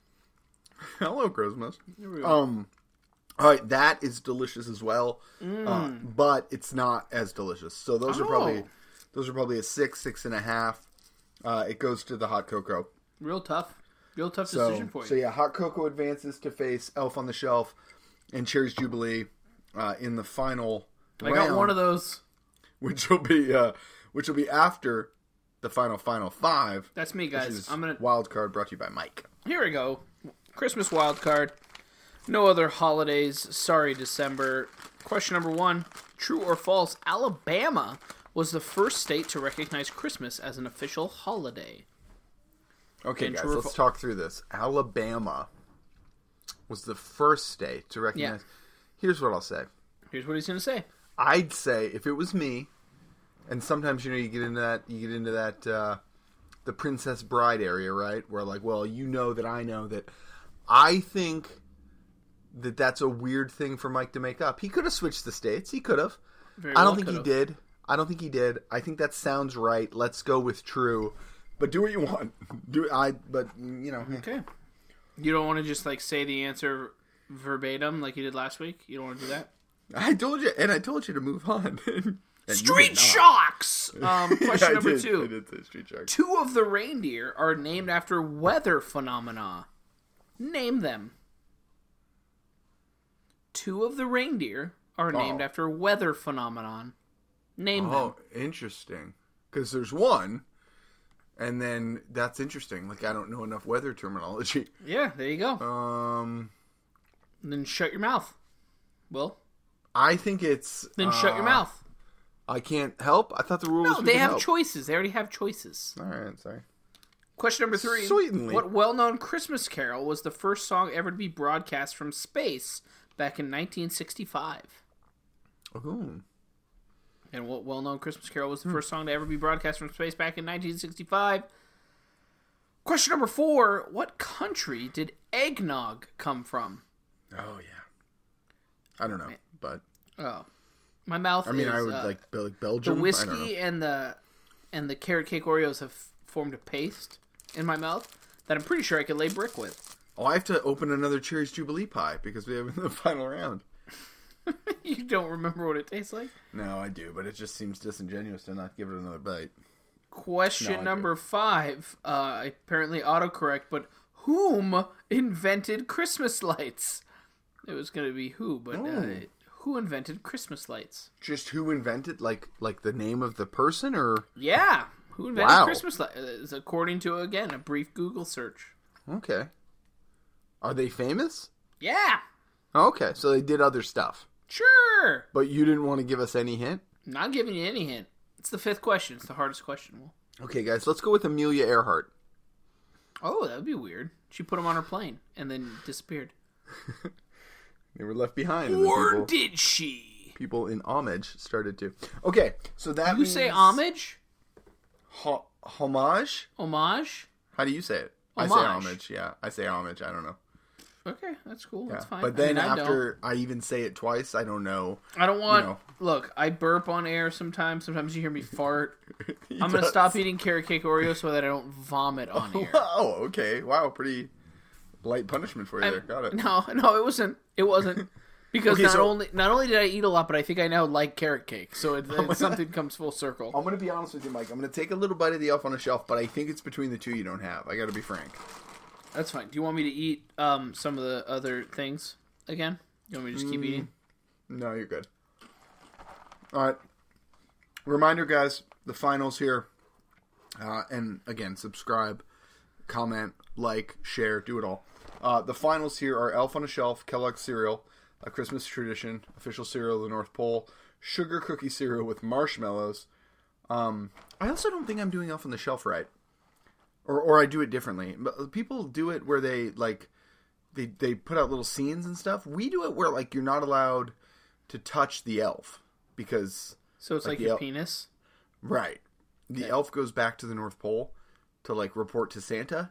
Hello, Christmas. Here we go. Um, all right, that is delicious as well, Mm. uh, but it's not as delicious. So those are probably Oh. those are probably a six, six and a half. Uh, it goes to the hot cocoa. Real tough, real tough So, decision for you. so yeah, hot cocoa advances to face Elf on the Shelf and Cherry's Jubilee uh, in the final. I got one of those. which will be uh, which will be after the final final five. That's me, which guys. is I'm gonna wild card brought to you by Mike. here we go. Christmas wild card. No other holidays. Sorry, December. Question number one: True or false? Alabama was the first state to recognize Christmas as an official holiday. Okay, And guys, true or let's fal- talk through this. Alabama was the first state to recognize. Here's what I'll say. Here's what he's gonna say. I'd say if it was me, and sometimes you know you get into that you get into that uh, the Princess Bride area, right? Where like, well, you know that I know that I think that that's a weird thing for Mike to make up. He could have switched the states. He could have. Very I well don't think could've. he did. I don't think he did. I think that sounds right. Let's go with true. But do what you want. Do I? But you know. eh. Okay. You don't want to just like say the answer verbatim like you did last week. You don't want to do that. I told you, and I told you to move on. And you did Street not. shocks. Um, Yeah, question I number did. two. I did say street shark. Two of the reindeer are named after weather phenomena. Name them. Two of the reindeer are named Oh. after weather phenomenon. Name them. Oh, interesting. Because there's one, and then that's interesting. Like I don't know enough weather terminology. Yeah, there you go. Um, And then shut your mouth. Well, I think it's then shut your uh, mouth. I can't help. I thought the rule was No, we they could have help. choices. They already have choices. All right, sorry. Question number three. Certainly. What well-known Christmas carol was the first song ever to be broadcast from space back in 1965? Ooh. And what well-known Christmas carol was the Hmm. first song to ever be broadcast from space back in 1965? Question number four: What country did eggnog come from? Oh yeah. I don't know, but Oh, my mouth. I mean, is, I would uh, like Bel- the Belgium. I don't know. whiskey and the and the carrot cake Oreos have formed a paste in my mouth that I'm pretty sure I could lay brick with. Oh, I have to open another Cherry's Jubilee pie because we have the final round. you don't remember what it tastes like? No, I do, but it just seems disingenuous to not give it another bite. No, I Question do. number five. Uh, apparently autocorrect, but whom invented Christmas lights? It was going to be who, but uh, Oh. who invented Christmas lights? Just who invented like like the name of the person or Yeah, who invented Wow. Christmas lights? According to again a brief Google search. Okay. Are they famous? Yeah, Okay, so they did other stuff. sure. But you didn't want to give us any hint? Not giving you any hint. It's the fifth question. It's the hardest question. Well, Okay, guys, let's go with Amelia Earhart. oh, that would be weird. She put them on her plane and then disappeared. They were left behind. and then Or people, did she? people in homage started to. Okay, so that You say means homage? ho- homage. Homage? How do you say it? I say Homage. homage. Yeah, I say homage. I don't know. Okay, that's cool. That's Yeah. fine. But I mean, then I don't. after I even say it twice, I don't know. I don't want. know. Look, I burp on air sometimes. Sometimes you hear me fart. I'm gonna does. stop eating carrot cake Oreos so that I don't vomit on air. Wow. Oh, Okay. Wow. Pretty light punishment for you there. I'm- Got it. No, no, it wasn't. It wasn't. Because Okay, not so- only not only did I eat a lot, but I think I now like carrot cake. So it, it, something comes full circle. I'm gonna be honest with you, Mike. I'm gonna take a little bite of the elf on a shelf, but I think it's between the two you don't have. I gotta be frank. That's fine. Do you want me to eat um some of the other things again? You want me to just keep Mm, eating? No, you're good. All right. Reminder, guys, the finals here. Uh, and again, subscribe, comment, like, share, do it all. Uh, the finals here are Elf on a Shelf, Kellogg's cereal, a Christmas tradition, official cereal of the North Pole, sugar cookie cereal with marshmallows. Um, I also don't think I'm doing Elf on the Shelf right, or or I do it differently. But people do it where they like they they put out little scenes and stuff. We do it where like you're not allowed to touch the elf because So it's like, the your el- penis. right the elf goes back to the North Pole to like report to Santa.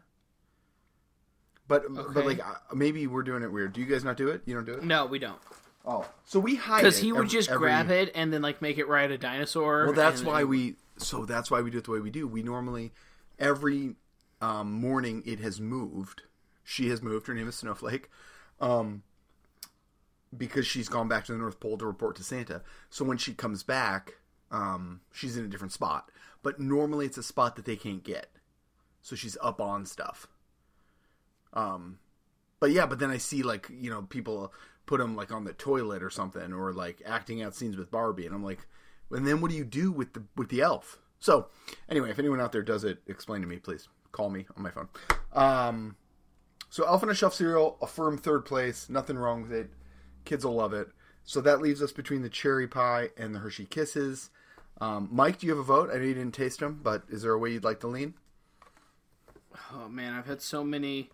But but Okay. like I- maybe we're doing it weird. Do you guys not do it? You don't do it. No, we don't. Oh, so we hide Because it he would every- just every- grab it and then like make it ride a dinosaur. Well, that's and- why we. So that's why we do it the way we do. We normally every um, morning it has moved. She has moved. Her name is Snowflake. Um, because she's gone back to the North Pole to report to Santa. So when she comes back, um, she's in a different spot. But normally it's a spot that they can't get. So she's up on stuff. Um, but yeah, but then I see like you know people put them like on the toilet or something, or like acting out scenes with Barbie, and I'm like, and then what do you do with the with the elf? So anyway, if anyone out there does it, explain to me, please. Call me on my phone. Um, so Elf on a Shelf cereal, a firm third place. Nothing wrong with it. Kids will love it. So that leaves us between the cherry pie and the Hershey Kisses. Um, Mike, do you have a vote? I know you didn't taste them, but is there a way you'd like to lean? Oh man, I've had so many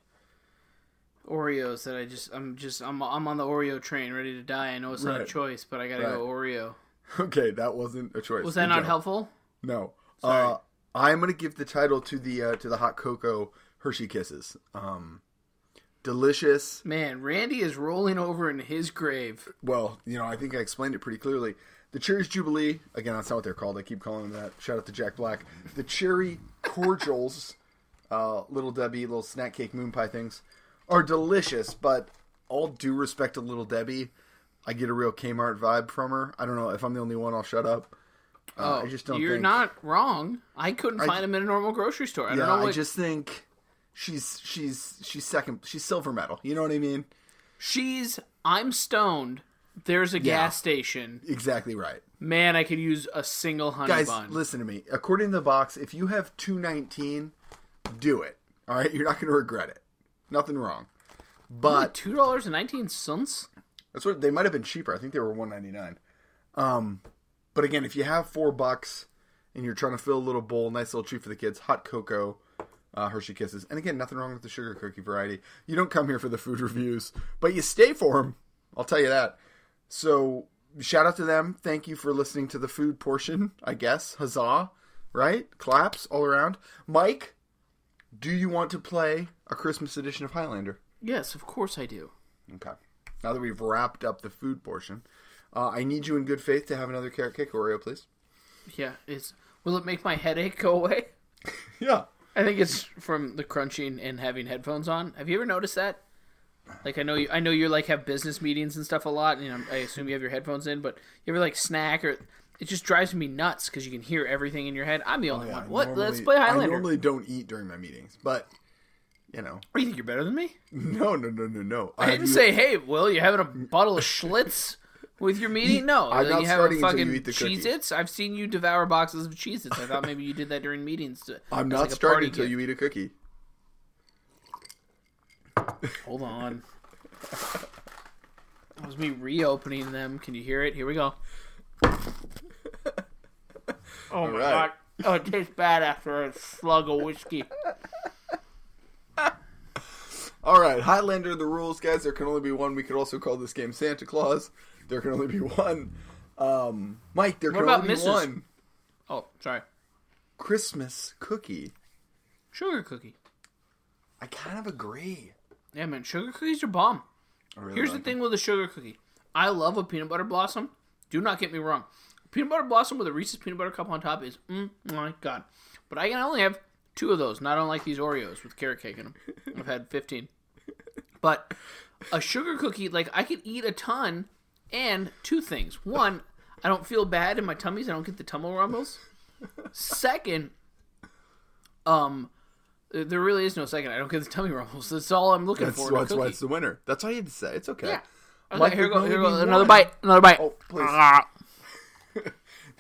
Oreos that I just I'm just I'm I'm on the Oreo train, ready to die. I know it's not a Right. choice, but I gotta Right. go Oreo. Okay, that wasn't a choice. Was that Good not job. helpful? No. Uh, I'm gonna give the title to the uh, to the hot cocoa Hershey Kisses. Um, delicious. Man, Randy is rolling over in his grave. Well, you know, I think I explained it pretty clearly. The Cherry's Jubilee. Again, that's not what they're called. I keep calling them that. Shout out to Jack Black. The Cherry Cordials, uh, Little Debbie, little snack cake moon pie things, are delicious. But all due respect to Little Debbie, I get a real Kmart vibe from her. I don't know if I'm the only one. I'll shut up. Uh, I just don't. Oh, You're think... not wrong. I couldn't find him in a normal grocery store. I Yeah, don't know I what just think she's she's she's second. She's silver medal. You know what I mean? she's. I'm stoned. There's a gas station. Exactly right. Man, I could use a single honey Guys, bun. listen to me. According to the box, if you have two nineteen, do it. All right, you're not going to regret it. Nothing wrong. But Two dollars and nineteen cents. that's what they might have been cheaper. I think they were one ninety nine. Um, but again, if you have four bucks and you're trying to fill a little bowl, nice little treat for the kids, hot cocoa. Uh, Hershey Kisses, and again, nothing wrong with the sugar cookie variety. You don't come here for the food reviews, but you stay for them. I'll tell you that. So shout out to them. Thank you for listening to the food portion, I guess. Huzzah, right? Claps all around. Mike, do you want to play a Christmas edition of Highlander? Yes, of course I do. Okay. Now that we've wrapped up the food portion, uh, I need you in good faith to have another carrot cake Oreo, please. Yeah, it's. Will it make my headache go away? Yeah. I think it's from the crunching and having headphones on. Have you ever noticed that? Like I know you, I know you like have business meetings and stuff a lot, and I'm- I assume you have your headphones in. But you ever like snack or it just drives me nuts because you can hear everything in your head. I'm the only one. What? Let's play Oh, I Highlander. normally don't eat during my meetings, but you know, What, you think you're better than me? no, no, no, no, no. I didn't say, hey, Will, you're having a bottle of Schlitz with your meeting? No, I'm you not have starting a until you fucking eat the cookie. Cheez-Its. I've seen you devour boxes of Cheez-Its. I thought maybe you did that during meetings. To, I'm not as, like, a party starting until gift. you eat a cookie. Hold on. That was me reopening them. Can you hear it? Here we go. Oh my god. right. Oh, it tastes bad after a slug of whiskey. All right, Highlander, the rules, guys. There can only be one. We could also call this game Santa Claus. There can only be one. Um, Mike, there can about only be Mrs.? one. Oh, sorry. Christmas cookie. Sugar cookie. I kind of agree. Yeah, man, sugar cookies are bomb. I really Here's the like thing with a sugar cookie. I love a peanut butter blossom. Do not get me wrong. Peanut butter blossom with a Reese's peanut butter cup on top is mm, my god. But I can only have two of those, not unlike these Oreos with carrot cake in them. I've had 15. But a sugar cookie, like I could eat a ton and two things. One, I don't feel bad in my tummies. I don't get the tumble rumbles. Second, um, there really is no second. I don't get the tummy rumbles. That's all I'm looking That's, for. in a that's why cookie. it's the winner. That's all you had to say. It's okay. Yeah. Okay, Mike, Oh, here there go, can here only go. be Another one. bite, another bite. Oh, please. Ah.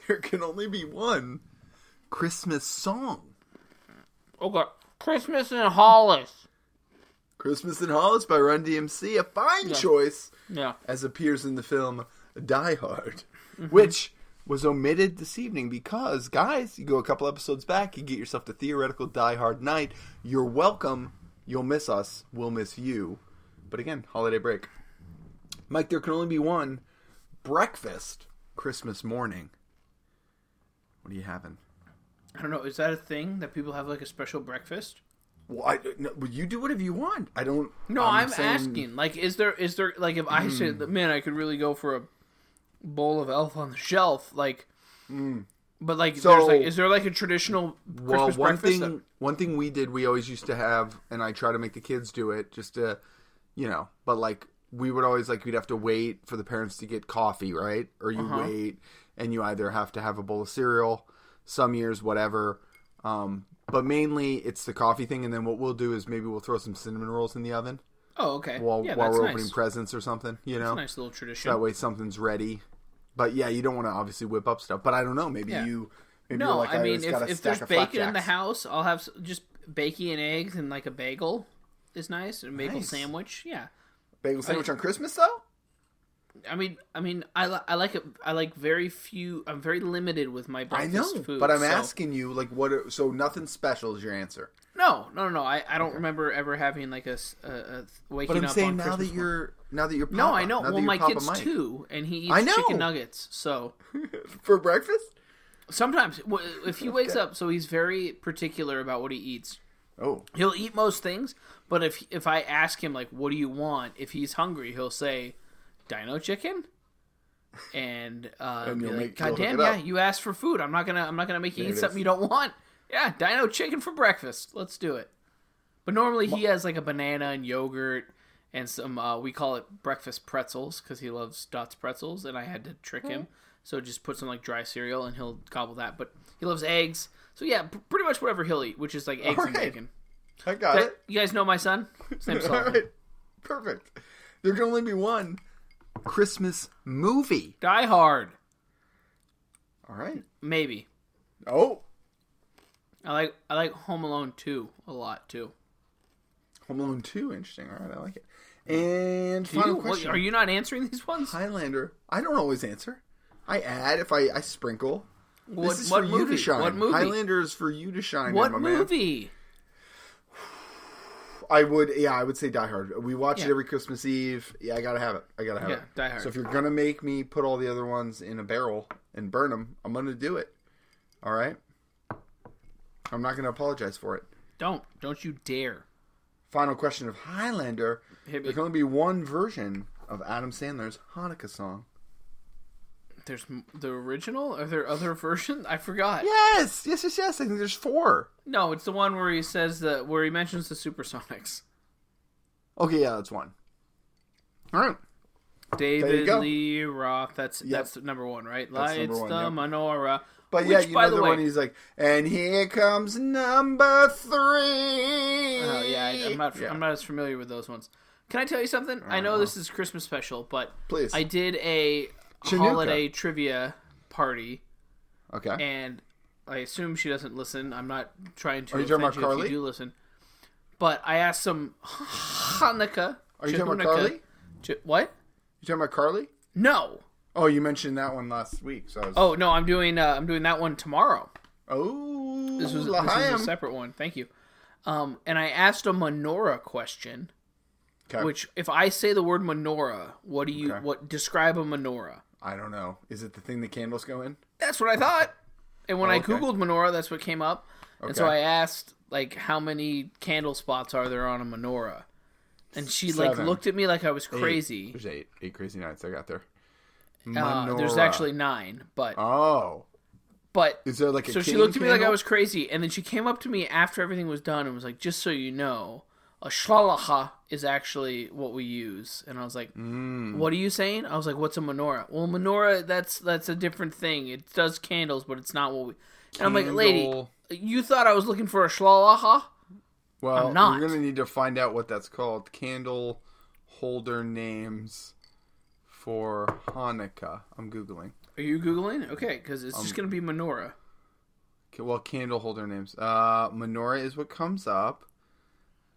There can only be one Christmas song. Okay. Christmas in Hollis. Christmas in Hollis by Run DMC. A fine choice. Yeah. as appears in the film Die Hard, which was omitted this evening because, guys, you go a couple episodes back, you get yourself to Theoretical Die Hard Night. You're welcome. You'll miss us. We'll miss you. But again, holiday break. Mike, there can only be one breakfast Christmas morning. What are you having? I don't know. Is that a thing that people have like a special breakfast? Well, I, no, well, you do whatever you want. I don't. No, I'm, saying- Mm. asking. Like, is there is there like if I said, man, I could really go for a bowl of Elf on the Shelf, like. But like, there's Mm. So- like, is there like a traditional Christmas Well, one breakfast? thing one thing we did, we always used to have, and I try to make the kids do it, just to, you know, but like we would always like we'd have to wait for the parents to get coffee, right? Or you Uh-huh. wait, and you either have to have a bowl of cereal, some years whatever, um, but mainly it's the coffee thing. And then what we'll do is maybe we'll throw some cinnamon rolls in the oven that- oh, okay. while yeah, while that's we're nice. opening presents or something, you know. nice little tradition. That way something's ready. But yeah, you don't want to obviously whip up stuff. But I don't know, maybe Yeah. you. Maybe no, you're like, I mean, just if, got a if stack there's of bacon in the flapjacks. house, I'll have s- just bacon and eggs and like a bagel is nice. A bagel Nice. sandwich, yeah. Bagel sandwich on Christmas though? I mean, I mean, I, li- I like it. I like very few. I'm very limited with my I breakfast know, food. but I'm so- asking you like what? Are, so nothing special is your answer. No, no, no. I, I don't remember ever having like a, s- a- a- waking But I'm up saying on now Christmas that you're now that you're Papa, morning. No, I know. Now that Well, you're my Papa kid's Mike. too, and he eats I know. chicken nuggets. So for breakfast. sometimes, w- if he wakes up, so he's very particular about what he eats. Oh, He'll eat most things, but if if I ask him like, "What do you want?" if he's hungry, he'll say, "Dino chicken." And, uh, And be you'll like, make- God you'll hook damn, it yeah, up." you asked for food. I'm not gonna I'm not gonna make you There eat it something is. you don't want. Yeah, Dino chicken for breakfast. Let's do it. But normally he has like a banana and yogurt and some uh, we call it breakfast pretzels because he loves Dots pretzels, and I had to trick him. So just put some like dry cereal and he'll gobble that. But he loves eggs. So yeah, p- pretty much whatever he'll eat, which is like eggs right. and bacon. I got That- you guys know my son? His name's it. All Solomon. right, perfect. There can only be one Christmas movie. Die Hard, All right. maybe. Oh, I like I like Home Alone 2 a lot too. Home Alone Two. Interesting. All right, I like it. And Do final you- what- question: are you not answering these ones? Highlander? I don't always answer. I add if I I sprinkle. What, this is what for movie? you to shine. What movie? Highlander is for you to shine. what my man. movie? I would, yeah, I would say Die Hard. We watch Yeah. it every Christmas Eve. Yeah, I gotta have it. I gotta have Yeah, it. Die Hard. So if you're gonna make me put all the other ones in a barrel and burn them, I'm gonna do it. All right. I'm not gonna apologize for it. Don't don't you dare. Final question of Highlander. Hit me. There can only be one version of Adam Sandler's Hanukkah song. There's m- the original. Are there other versions? I forgot. Yes, yes, yes, yes. I think there's four. No, it's the one where he says the where he mentions the Supersonics. Okay, yeah, that's one. All right. David go. Lee Roth. That's that's number one, right? That's number Lights one, the yep. menorah. But which, yeah, you by know the, way, one he's like, and here comes number three. Oh Oh yeah, I, I'm not. Yeah. Uh-huh. I'm not as familiar with those ones. Can I tell you something? I know this is Christmas special, but Please. I did a Chinooka. holiday trivia party, Okay. and I assume she doesn't listen. I'm not trying to. Are you talking offend about Carly? If you do listen, but I asked some Hanukkah. Are you talking about Chihunika- Carly? Chi- what? You talking about Carly? No. Oh, you mentioned that one last week. So I was, Oh no, I'm doing. Uh, I'm doing that one tomorrow. oh, This was, this was a L'chaim. separate one. Thank you. Um, and I asked a menorah question, 'Kay. Which, if I say the word menorah, what do you Okay. what describe a menorah? I don't know. Is it the thing the candles go in? That's what I thought. And when Oh, I okay. googled menorah, that's what came up. And so Okay. I asked like how many candle spots are there on a menorah? And she like Seven. looked at me like I was Eight. crazy. There's eight. Eight crazy nights. I got there. Uh, there's Menorah. actually 9, but Oh, but is there like a so she king looked at me like I candle? was crazy, and then she came up to me after everything was done and was like, "Just so you know, a shlalacha is actually what we use." And I was like, Mm. "What are you saying?" I was like, "What's a menorah?" Well, menorah that's that's a different thing. It does candles, but it's not what we. And I'm like, "Lady, Candle. you thought I was looking for a shlalacha?" Well, I'm not. we're gonna need to find out what that's called. Candle holder names for Hanukkah. I'm googling. Are you googling? Okay, because it's Um, just gonna be menorah. Okay, Well, candle holder names. Uh, menorah is what comes up.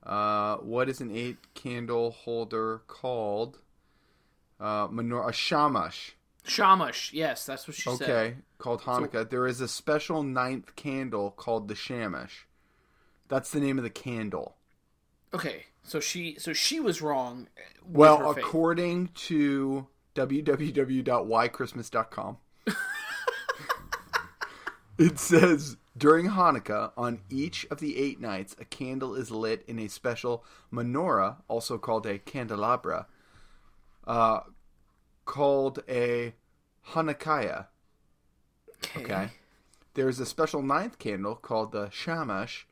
Uh, what is an eight candle holder called? Uh, menorah, a shamash. Shamash, yes, that's what she said. Okay, called Hanukkah. there is a special ninth candle called the shamash. That's the name of the candle. Okay, so she so she was wrong. eh, with her Well, faith. according to www.ychristmas.com, it says during Hanukkah, on each of the eight nights, a candle is lit in a special menorah, also called a candelabra, uh, called a Hanukkah. Okay. There is a special ninth candle called the shamash,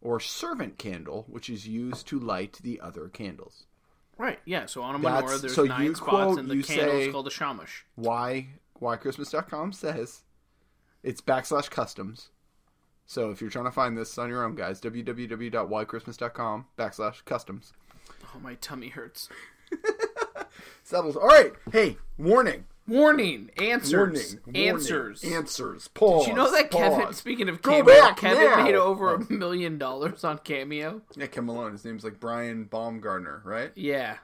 or servant candle, which is used to light the other candles. Right. Yeah. So on a menorah, That's- there's so nine you spots, quote- and the you candle is say- called a shamash. why why christmas.com says it's backslash customs so if you're trying to find this on your own guys www.ychristmas.com backslash customs Oh, my tummy hurts. settles all right hey warning Warning! Answers! warning, warning, answers! answers pause Do you know that Kevin? pause. Speaking of Go Cameo, back Kevin now. made over a million dollars on Cameo. yeah Kevin Malone his name's like Brian Baumgartner right Yeah,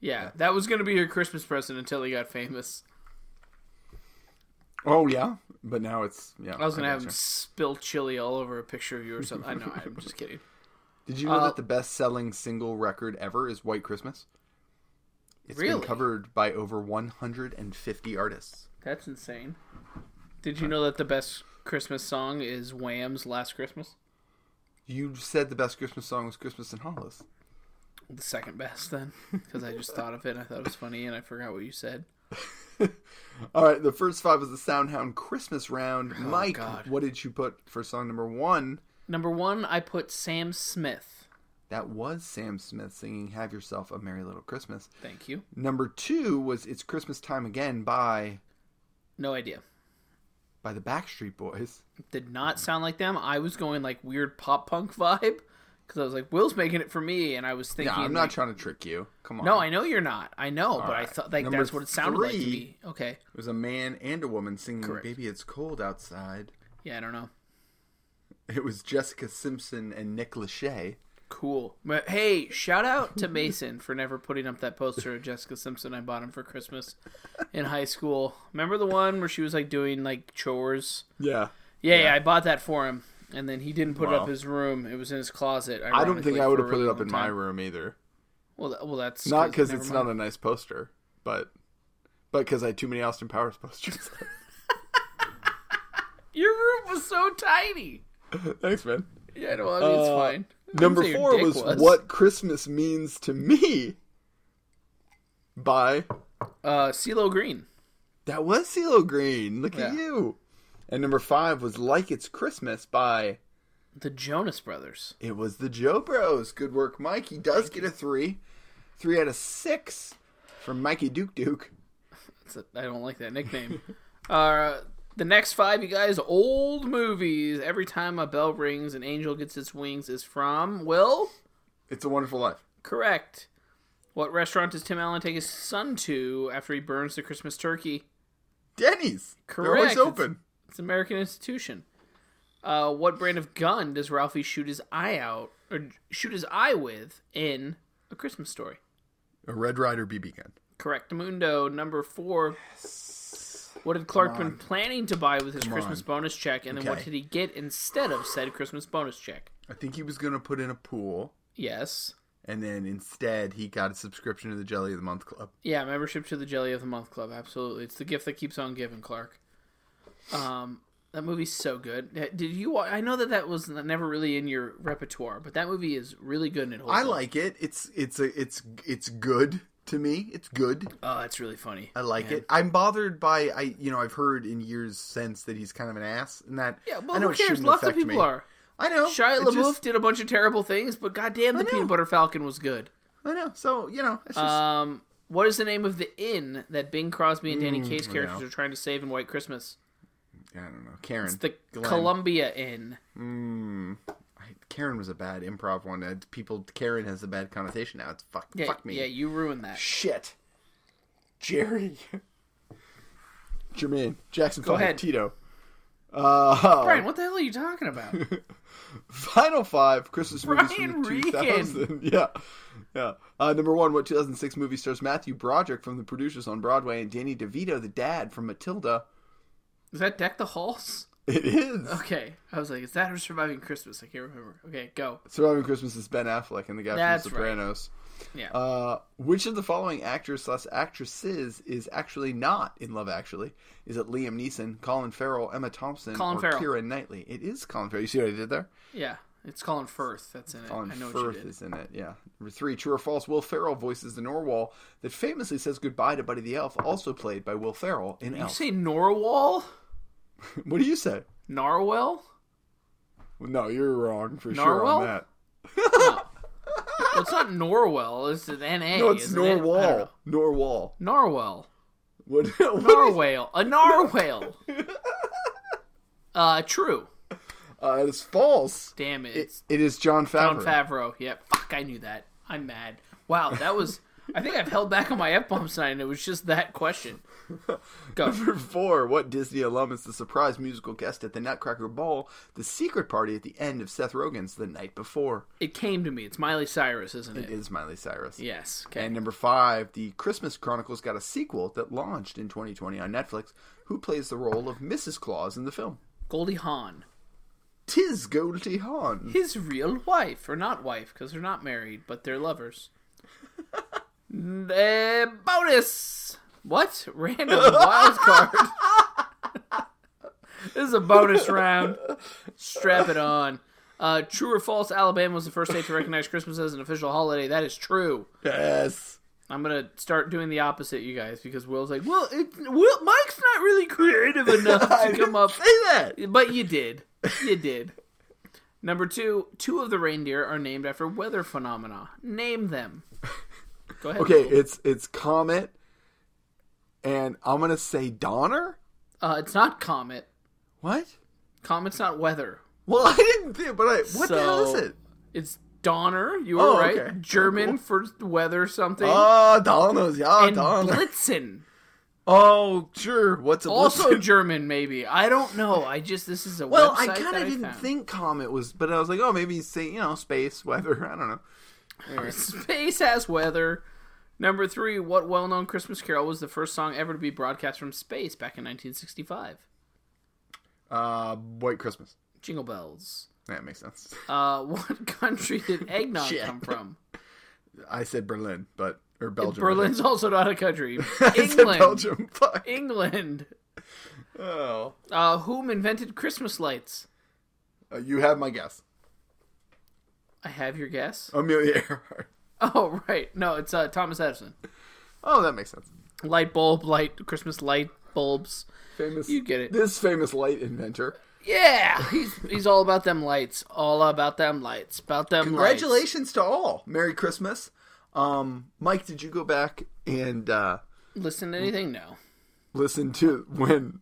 yeah. That was gonna be your Christmas present until he got famous. oh yeah but now it's yeah I was gonna have him gotcha. spill chili all over a picture of you or something. I know. I'm just kidding. did you know that the best selling single record ever is White Christmas It's Really? been covered by over 150 artists That's insane. Did you know that the best Christmas song is Wham's "Last Christmas"? You said the best Christmas song was Christmas in Hollis. the second best then because i just thought of it and i thought it was funny and i forgot what you said All right, the first five was the Soundhound Christmas round. Mike, Oh, God. what did you put for song number one? number one i put sam smith That was Sam Smith singing Have Yourself a Merry Little Christmas. thank you Number two was It's Christmas Time Again by no idea by the Backstreet Boys. did not sound like them i was going like weird pop punk vibe because i was like will's making it for me and i was Yeah, thinking I'm not like, trying to trick you. Come on. no i know you're not i know but i right. thought like Number that's what it sounded like to three. me okay It was a man and a woman singing Correct. Baby It's Cold Outside. yeah i don't know It was Jessica Simpson and Nick Lachey. cool but hey shout out to mason for never putting up that poster of jessica simpson i bought him for christmas in high school remember the one where she was like doing like chores Yeah. Yeah, yeah, I bought that for him, and then he didn't put it Wow. up his room. It was in his closet. I don't think ironically, I would for a have put really it up long in my time. room either. Well, th- well, that's Not because never it's mind. not a nice poster, but but because I had too many Austin Powers posters. Your room was so tiny. Thanks, man. Yeah, no, I mean, it's Uh, fine. I didn't Number say your four dick was, "What Christmas Means to Me" by Uh, CeeLo Green. that was CeeLo Green. Look at Yeah. you. And number five was "Like It's Christmas" by The Jonas Brothers. it was the Joe Bros. Good work, Mike. He does get a three, three out of six from Mikey Duke Duke. That's a, I don't like that nickname. uh, the next five, you guys, old movies. Every time a bell rings, an angel gets its wings is from Will. It's a Wonderful Life. Correct. What restaurant does Tim Allen take his son to after he burns the Christmas turkey? Denny's. They're Correct. always It's- open. It's an American institution. Uh, what brand of gun does Ralphie shoot his eye out or shoot his eye with in A Christmas Story? A Red Rider BB gun. Correct, Mundo. Number four. What had Clark Come on. been planning to buy with his Christmas on. bonus check, and then what Okay. did he get instead of said Christmas bonus check? I think he was gonna put in a pool, Yes. and then instead he got a subscription to the Jelly of the Month Club. Yeah, membership to the Jelly of the Month Club. Absolutely, it's the gift that keeps on giving, Clark. Um, that movie's so good. Uh, Did you? wa- I know that that was never really in your repertoire, but that movie is really good. And it holds I up. like it. It's it's a it's it's good to me. It's good. Oh, it's really funny. I like Yeah. it. I'm bothered by I you know I've heard in years since that he's kind of an ass and that Yeah, I well, know who it cares? shouldn't Lots of affect people me. are. I know Shia it LaBeouf just- did a bunch of terrible things, but goddamn, the know. Peanut Butter Falcon was good. I know. So you know it's just Um, what is the name of the inn that Bing Crosby and Mm, Danny Kaye's characters no. are trying to save in White Christmas? I don't know. Karen. It's the Glenn. Columbia Inn. I- Karen was a bad improv one. Uh, People Karen has a bad connotation now. It's fuck Yeah, fuck me. yeah, you ruined that. Shit. Jerry. Jermaine. Jackson Go Five. ahead. Tito. Uh, Brian, what the hell are you talking about? Final Five Christmas movies Brian from the Regan. 2000. Yeah. Yeah. Uh, number one, what 2006 movie stars Matthew Broderick from The Producers on Broadway and Danny DeVito, the dad from Matilda? Is that Deck the Halls? It is. Okay, I was like, is that or Surviving Christmas? I can't remember. Okay, go. Surviving Christmas is Ben Affleck and the guy That's from The right. Sopranos. Yeah. Uh, which of the following actors slash actresses is actually not in Love Actually? Is it Liam Neeson, Colin Farrell, Emma Thompson, Colin or Farrell. Keira Knightley? It is Colin Farrell. You see what I did there? yeah, it's Colin Firth that's in it. Colin I know what you Firth did. is in it. Yeah. Number three, true or false? Will Farrell voices the Norwal that famously says goodbye to Buddy the Elf, also played by Will Farrell in You Elf. say Norwal? what do you say? Narwhal? No, you're wrong for sure Narwhal? on that. Well, it's not Norwell. It's an N-A, No, it's isn't it? I don't Norwal. know. Norwal. Narwhal. What? what is- Narwhal. A narwhal. uh, true. uh, it's false. Damn it. It, It's it is John John Favreau. Favreau. Yeah, fuck, I knew that. I'm mad. Wow, that was... I think I've held back on my F-bomb sign, and it was just that question. Go. Number four, what Disney alum is the surprise musical guest at the Nutcracker Ball, the secret party at the end of Seth Rogen's The Night Before? It came to me. It's Miley Cyrus, isn't it? It is Miley Cyrus. Yes. Okay. And number five, the Christmas Chronicles got a sequel that launched in 2020 on Netflix. Who plays the role of Mrs. Claus in the film? Goldie Hawn. Tis Goldie Hawn. His real wife, or not wife, because they're not married, but they're lovers. Eh, bonus! What? Random wild card. this is a bonus round. Strap it on. Uh, true or false, Alabama was the first state to recognize Christmas as an official holiday. That is true. Yes. I'm gonna start doing the opposite, you guys, because Will's like, well, it, Will, Mike's not really creative enough I to come up Say that. but you did. You did. Number two, two of the reindeer are named after weather phenomena. Name them. Go ahead. Okay, Lou. it's it's Comet, and I'm gonna say Donner. Uh, it's not comet. What? Comet's not weather. Well, I didn't think, but I. What the hell So- is it? It's Donner. You were Oh, right. okay. German for weather something. Oh, Donner's, yeah, and Donner. Blitzen. Oh, sure. What's a Also blizzard? German, maybe. I don't know. I just this is a Well, I website kind that of didn't found. think Comet was, but I was like, oh, maybe he's saying, you know, space, weather. I don't know. Space has weather. Number three, what well known Christmas carol was the first song ever to be broadcast from space back in 1965? Uh, White Christmas. Jingle Bells. That makes sense. Uh, what country did eggnog Shit. come from? I said Berlin, but or Belgium. I Berlin's also not a country. think. I said England. Belgium. Fuck. England. Oh, Uh, whom invented Christmas lights? Uh, you have my guess. I have your guess. Amelia Earhart. Oh, right. No, it's uh, Thomas Edison. Oh, that makes sense. Light bulb, light, Christmas light bulbs. Famous. You get it. This famous light inventor. Yeah, he's he's all about them lights. All about them lights. About them lights. Congratulations to all. Merry Christmas. Um, Mike, did you go back and uh, Listen to anything? No. listen to when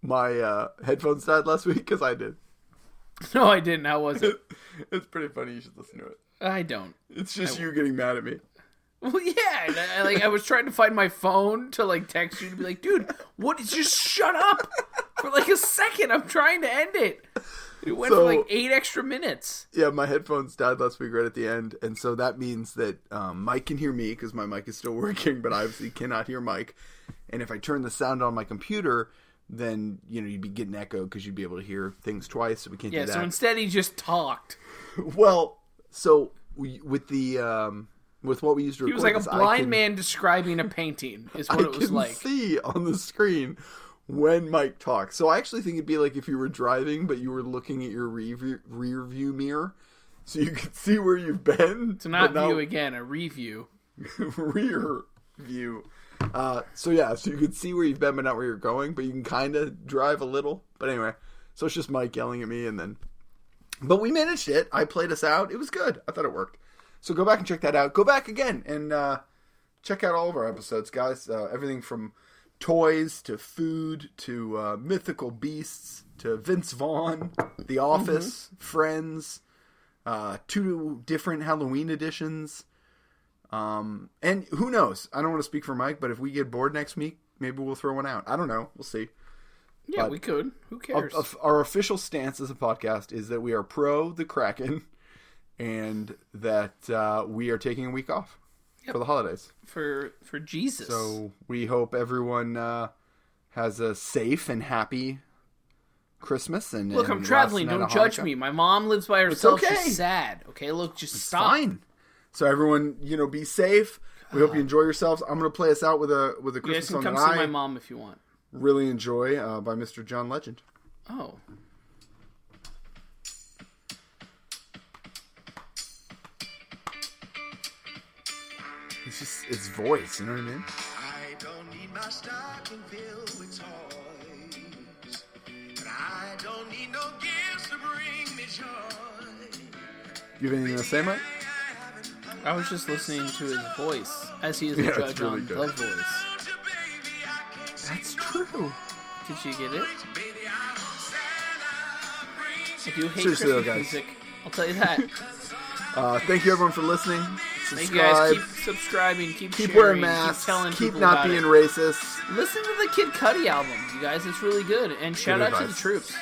my uh, headphones died last week? Because I did. No, I didn't. How was it? it's pretty funny. You should listen to it. I don't. It's just you getting mad at me. Well, yeah, and I, like I was trying to find my phone to like text you to be like, dude, what? Just shut up for like a second. I'm trying to end it. It went So- for like eight extra minutes. Yeah, my headphones died last week right at the end, and so that means that um, Mike can hear me because my mic is still working, but I obviously cannot hear Mike. And if I turn the sound on my computer, then you know you'd be getting echo because you'd be able to hear things twice. So we can't Yeah. do that. So instead, he just talked. Well, so we- with the um, with what we used to He record was like a this, I blind can- man describing a painting, is what I it was can like. see on the screen when Mike talks. So I actually think it'd be like if you were driving, but you were looking at your rear, rear view mirror, so you could see where you've been. So not but view again, a review. rear view. Uh, so yeah, so you can see where you've been, but not where you're going. But you can kind of drive a little. But anyway, so it's just Mike yelling at me, and then. But we managed it. I played us out. It was good. I thought it worked. So go back and check that out. Go back again and uh, check out all of our episodes, guys. Uh, everything from toys to food to uh, mythical beasts to Vince Vaughn, The Office, Friends, uh, two different Halloween editions. Um, and who knows? I don't want to speak for Mike, but if we get bored next week, maybe we'll throw one out. I don't know. We'll see. Yeah, But- we could. Who Our, cares? our official stance as a podcast is that we are pro the Kraken and that uh, we are taking a week off for the holidays. for for Jesus. So we hope everyone uh, has a safe and happy Christmas. And Look, and I'm last traveling. night Don't of judge Hanukkah. me. My mom lives by herself. okay. She's sad. Okay, look, just It's stop. fine. So everyone, you know, be safe. We hope you enjoy yourselves. I'm going to play us out with a with a Uh, You Christmas song guys can come that see I my mom if you want. really enjoy uh, by Mr. John Legend. Oh. It's just its voice, you know what I mean? I don't need my stocking filled with toys. And I don't need no gifts to bring me joy. You have anything to say, Mike? I was just listening to his voice as he is a Yeah, it's judge really on good. the voice. That's true. Did you get it? If you hate Seriously, though, Christmas guys. music, I'll tell you that. Uh, thank you, everyone, for listening. Subscribe. Thank you guys. Keep subscribing. Keep, keep sharing, wearing masks. Keep telling people not about being it. racist. Listen to the Kid Cudi album, you guys. It's really good. And shout out to the advice. troops.